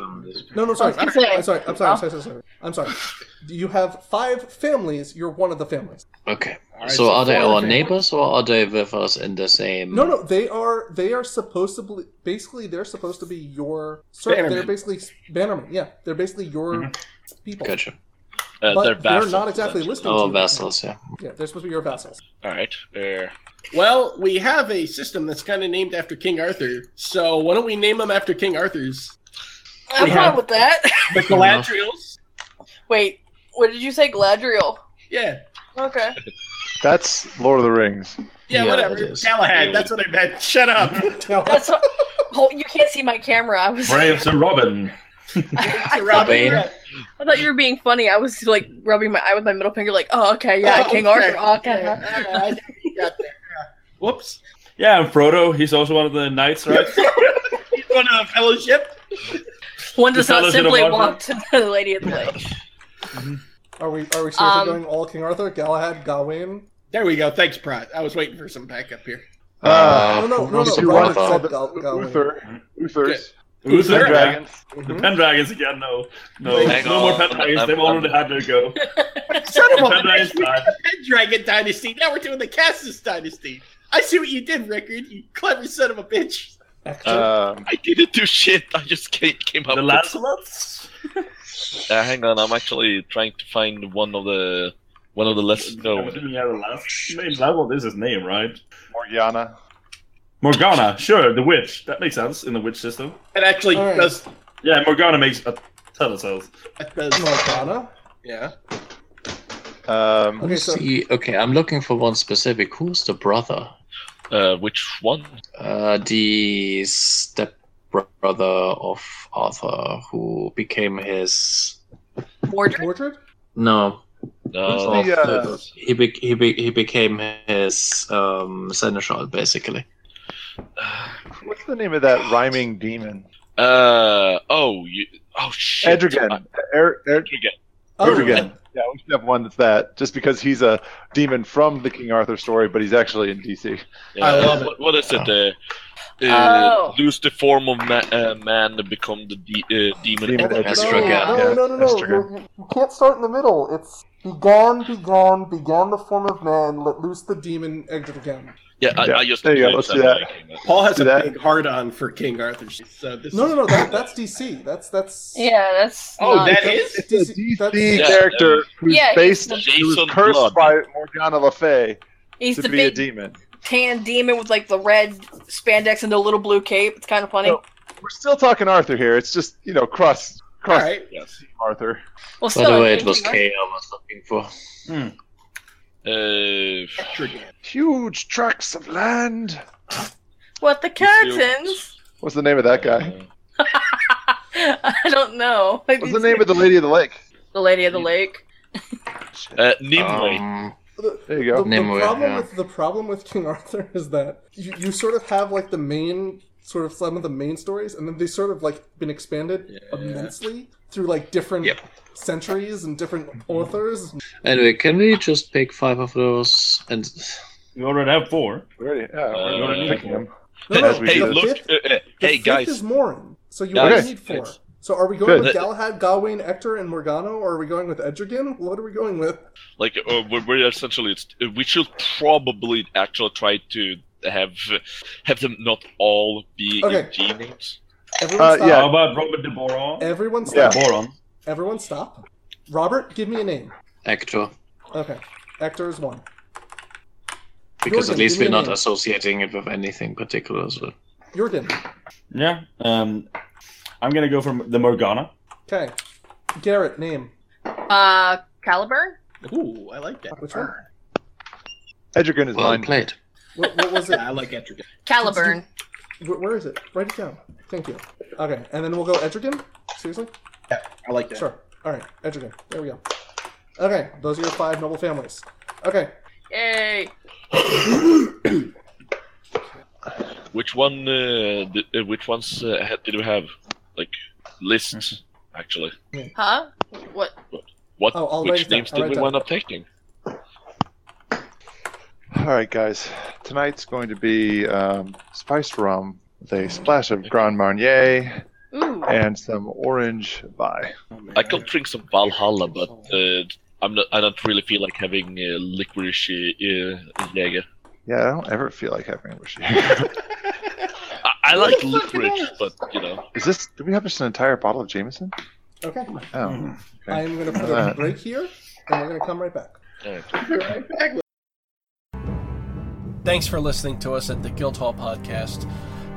[SPEAKER 4] No, no, sorry.
[SPEAKER 11] I
[SPEAKER 4] I'm
[SPEAKER 11] was gonna
[SPEAKER 4] sorry.
[SPEAKER 11] say-
[SPEAKER 4] I'm sorry. I'm sorry. I'm sorry. I'm sorry. I'm sorry. You have five families. You're one of the families.
[SPEAKER 9] Okay.
[SPEAKER 4] right,
[SPEAKER 9] so
[SPEAKER 4] so
[SPEAKER 9] are they
[SPEAKER 4] four
[SPEAKER 9] our
[SPEAKER 4] of them.
[SPEAKER 9] neighbors or are they with us in the same?
[SPEAKER 4] No, no, they are. They are supposed to. Be, basically, they're supposed to be your. Sir, they're
[SPEAKER 9] Bannermen.
[SPEAKER 4] basically bannermen. Yeah, they're basically your people.
[SPEAKER 9] Gotcha.
[SPEAKER 7] Mm-hmm. Uh,
[SPEAKER 4] but
[SPEAKER 7] they're vassals,
[SPEAKER 4] not exactly listening.
[SPEAKER 9] Oh,
[SPEAKER 4] to you.
[SPEAKER 9] vassals, yeah.
[SPEAKER 4] Yeah, they're supposed to be your vassals.
[SPEAKER 7] All right. Uh,
[SPEAKER 11] Well, we have a system that's kind of named after King Arthur, so why don't we name them after King Arthur's?
[SPEAKER 10] I'm
[SPEAKER 11] We
[SPEAKER 10] fine
[SPEAKER 11] have
[SPEAKER 10] with that.
[SPEAKER 11] the Galadriels.
[SPEAKER 10] Wait, what did you say, Gladriel?
[SPEAKER 11] Yeah.
[SPEAKER 10] Okay.
[SPEAKER 5] That's Lord of the Rings.
[SPEAKER 11] Yeah, whatever. Galahad. That's what I meant. Shut up.
[SPEAKER 10] That's. What, oh, you can't see my camera. I was.
[SPEAKER 8] Braves and Robin.
[SPEAKER 10] Robin. I thought you were being funny. I was like rubbing my eye with my middle finger, like, oh, okay, yeah,
[SPEAKER 6] Oh,
[SPEAKER 10] King
[SPEAKER 6] okay,
[SPEAKER 10] Arthur. Okay.
[SPEAKER 8] Whoops. Yeah, and Frodo, he's also one of the knights, right? he's one of fellowship.
[SPEAKER 10] One
[SPEAKER 8] does
[SPEAKER 10] does
[SPEAKER 8] The
[SPEAKER 10] not
[SPEAKER 8] not fellas in a
[SPEAKER 10] simply
[SPEAKER 8] simply walk
[SPEAKER 10] walk to the Lady of the Lake.
[SPEAKER 4] Are we are we seriously
[SPEAKER 10] Um,
[SPEAKER 4] going all King Arthur, Galahad, Gawain?
[SPEAKER 11] There we go. Thanks, Pratt. I was waiting for some backup here.
[SPEAKER 4] Uh, No, no, no, no, Robert said Gal- Gawain.
[SPEAKER 5] Uther. Uther's.
[SPEAKER 8] Uther,
[SPEAKER 5] Uther.
[SPEAKER 8] dragons. The
[SPEAKER 5] Mhm.
[SPEAKER 8] Pendragons again, no. No,
[SPEAKER 5] Hang
[SPEAKER 8] no more
[SPEAKER 5] on,
[SPEAKER 8] Pendragons,
[SPEAKER 5] I'm-
[SPEAKER 8] they've already had their go.
[SPEAKER 11] Son of a
[SPEAKER 8] Pendragon's
[SPEAKER 11] bitch, we
[SPEAKER 8] bad.
[SPEAKER 11] got the Pendragon Dynasty. Now we're doing the Cassis Dynasty. I see what you did, Rickard. You clever son of a bitch.
[SPEAKER 7] I didn't do shit. I just came, came up.
[SPEAKER 8] The
[SPEAKER 7] with-
[SPEAKER 8] Lancelots?
[SPEAKER 7] Uh, hang on, I'm actually trying to find one of the one of the less
[SPEAKER 8] I'm
[SPEAKER 7] known.
[SPEAKER 8] assuming he had a last name. That one is his name, right?
[SPEAKER 5] Morgana.
[SPEAKER 8] Morgana, sure, the witch. That makes sense in the witch system.
[SPEAKER 11] It actually
[SPEAKER 4] All right.
[SPEAKER 11] does.
[SPEAKER 8] Yeah, Morgana makes a ton of sense.
[SPEAKER 11] It does.
[SPEAKER 4] Morgana?
[SPEAKER 11] Yeah.
[SPEAKER 5] Um,
[SPEAKER 4] Okay, so-
[SPEAKER 9] see, okay, I'm looking for one specific. Who's the brother?
[SPEAKER 7] Uh, which one?
[SPEAKER 9] Uh, the stepbrother of Arthur, who became his
[SPEAKER 10] Mordred?
[SPEAKER 4] Mordred?
[SPEAKER 9] no.
[SPEAKER 7] No.
[SPEAKER 9] Of
[SPEAKER 7] Who's the, uh,
[SPEAKER 9] the- he be- he be- he became his um, seneschal basically.
[SPEAKER 5] What's the name of that rhyming demon?
[SPEAKER 7] Uh oh, you oh shit.
[SPEAKER 5] Edrigan. Er, er,
[SPEAKER 7] Edrigan.
[SPEAKER 4] Oh,
[SPEAKER 5] Edrigan. Yeah, we should have one that's that, just because he's a demon from the King Arthur story, but he's actually in DC.
[SPEAKER 7] Yeah, what, what is it? Uh, uh,
[SPEAKER 4] Oh.
[SPEAKER 7] Lose the form of ma- uh, man to become the de- uh, demon.
[SPEAKER 5] Demon
[SPEAKER 7] of-
[SPEAKER 4] No, no, no, no, no. You, you can't start in the middle. It's begone, begone, begone the form of man, let loose the demon, exit again.
[SPEAKER 7] Yeah, I,
[SPEAKER 5] Yeah.
[SPEAKER 7] I just
[SPEAKER 5] There you go,
[SPEAKER 7] assumed
[SPEAKER 5] let's do that.
[SPEAKER 7] like-
[SPEAKER 11] Paul has
[SPEAKER 5] Do
[SPEAKER 11] a
[SPEAKER 5] that.
[SPEAKER 11] big hard on for King Arthur. So this
[SPEAKER 4] No,
[SPEAKER 11] is-
[SPEAKER 4] no, no. That, that's DC. That's that's.
[SPEAKER 10] Yeah, that's.
[SPEAKER 11] Oh,
[SPEAKER 10] not-
[SPEAKER 11] that is?
[SPEAKER 4] It's a DC, that's,
[SPEAKER 5] The
[SPEAKER 7] Yeah,
[SPEAKER 5] character who's
[SPEAKER 10] Yeah, he's
[SPEAKER 5] based,
[SPEAKER 10] the-
[SPEAKER 5] who was
[SPEAKER 7] Jason
[SPEAKER 5] cursed
[SPEAKER 7] Blood.
[SPEAKER 5] by Morgana Le Fay
[SPEAKER 10] He's
[SPEAKER 5] to
[SPEAKER 10] the
[SPEAKER 5] be
[SPEAKER 10] big
[SPEAKER 5] a demon.
[SPEAKER 10] tan demon with like the red spandex and the little blue cape. It's kind of funny.
[SPEAKER 5] No. We're still talking Arthur here. It's just you know cross cross
[SPEAKER 11] Alright.
[SPEAKER 7] Yes.
[SPEAKER 5] Arthur.
[SPEAKER 10] Well,
[SPEAKER 9] By the
[SPEAKER 10] still,
[SPEAKER 9] way, it
[SPEAKER 10] King
[SPEAKER 9] was
[SPEAKER 10] Arthur-
[SPEAKER 9] K I was looking for.
[SPEAKER 7] Uh,
[SPEAKER 5] Huge tracts of land.
[SPEAKER 10] What the curtains?
[SPEAKER 5] What's the name of that guy?
[SPEAKER 10] I don't know.
[SPEAKER 5] What's the name of the Lady of the Lake?
[SPEAKER 10] The Lady of the Lake.
[SPEAKER 7] uh, Nimue.
[SPEAKER 9] Um,
[SPEAKER 5] There you go.
[SPEAKER 4] The,
[SPEAKER 9] Nimue,
[SPEAKER 4] the problem
[SPEAKER 9] yeah.
[SPEAKER 4] with the problem with King Arthur is that you, you sort of have like the main sort of some of the main stories, and then they sort of like been expanded immensely through like different
[SPEAKER 9] Yep.
[SPEAKER 4] centuries and different authors.
[SPEAKER 9] Anyway, can we just pick five of those? And
[SPEAKER 8] We already have four.
[SPEAKER 5] We already, yeah, we're
[SPEAKER 7] Uh,
[SPEAKER 5] already picking him.
[SPEAKER 4] No,
[SPEAKER 5] As
[SPEAKER 4] no,
[SPEAKER 5] we
[SPEAKER 7] hey,
[SPEAKER 5] do.
[SPEAKER 4] the
[SPEAKER 7] look.
[SPEAKER 4] fifth-
[SPEAKER 7] Uh, uh,
[SPEAKER 4] The
[SPEAKER 7] hey,
[SPEAKER 4] fifth
[SPEAKER 7] guys.
[SPEAKER 4] is Morin, so you
[SPEAKER 7] Guys.
[SPEAKER 4] only
[SPEAKER 5] Okay.
[SPEAKER 4] need four. So are we going
[SPEAKER 5] Good.
[SPEAKER 4] with Galahad, Gawain, Ector, and Morgano, or are we going with Edrigan? What are we going with?
[SPEAKER 7] like uh, we're, we're essentially it's, uh, we should probably actually try to have uh, have them not all be
[SPEAKER 4] Okay.
[SPEAKER 7] in demons.
[SPEAKER 4] Everyone
[SPEAKER 5] Uh,
[SPEAKER 4] stop.
[SPEAKER 5] yeah.
[SPEAKER 8] How about Robert de Boron?
[SPEAKER 4] Everyone stop.
[SPEAKER 8] Boron.
[SPEAKER 4] Everyone stop. Robert, give me a name.
[SPEAKER 9] Actor,
[SPEAKER 4] Okay. Ector is one.
[SPEAKER 9] because
[SPEAKER 4] Jordan,
[SPEAKER 9] at least
[SPEAKER 4] give me
[SPEAKER 9] we're
[SPEAKER 4] a
[SPEAKER 9] not
[SPEAKER 4] name.
[SPEAKER 9] associating it with anything particular. So.
[SPEAKER 4] Jordan.
[SPEAKER 8] Yeah. Um, I'm gonna go for the Morgana.
[SPEAKER 4] Okay. Garrett, name.
[SPEAKER 10] Uh, Caliburn?
[SPEAKER 11] Ooh, I like that.
[SPEAKER 4] Which one?
[SPEAKER 5] Edrigan is
[SPEAKER 9] Well
[SPEAKER 5] mine.
[SPEAKER 9] played.
[SPEAKER 4] What, what was it?
[SPEAKER 11] Yeah, I like Etrigan.
[SPEAKER 10] Caliburn.
[SPEAKER 4] Where, where is it? Write it down. Thank you. Okay, and then we'll go Edrigan? Seriously?
[SPEAKER 11] Yeah, I like that.
[SPEAKER 4] Sure. All right, Edrigan. There we go. Okay, those are your five noble families. Okay,
[SPEAKER 10] Yay.
[SPEAKER 7] Which one? Uh, did, uh, which ones uh, ha- did we have? Like list actually.
[SPEAKER 10] Huh? What?
[SPEAKER 7] What?
[SPEAKER 4] Mm-hmm. Oh, I'll write
[SPEAKER 7] which
[SPEAKER 4] it down,
[SPEAKER 7] names
[SPEAKER 4] I'll
[SPEAKER 7] did
[SPEAKER 4] write it
[SPEAKER 7] we
[SPEAKER 4] down.
[SPEAKER 7] wind up taking?
[SPEAKER 5] All right, guys. Tonight's going to be um, spiced rum with a splash of Grand Marnier
[SPEAKER 10] Ooh.
[SPEAKER 5] and some orange by.
[SPEAKER 7] I could drink some Valhalla, but uh, I'm not. I don't really feel like having uh, licorice uh, Jaeger.
[SPEAKER 5] Yeah, I don't ever feel like having a whiskey.
[SPEAKER 7] I, I like licorice, but you know.
[SPEAKER 5] is this? Do we have just an entire bottle of Jameson?
[SPEAKER 4] okay.
[SPEAKER 5] Oh,
[SPEAKER 4] I'm going to put a
[SPEAKER 5] Alright.
[SPEAKER 4] break here, and we're going to come right back.
[SPEAKER 7] uh,
[SPEAKER 3] Thanks for listening to us at the Guildhall Podcast.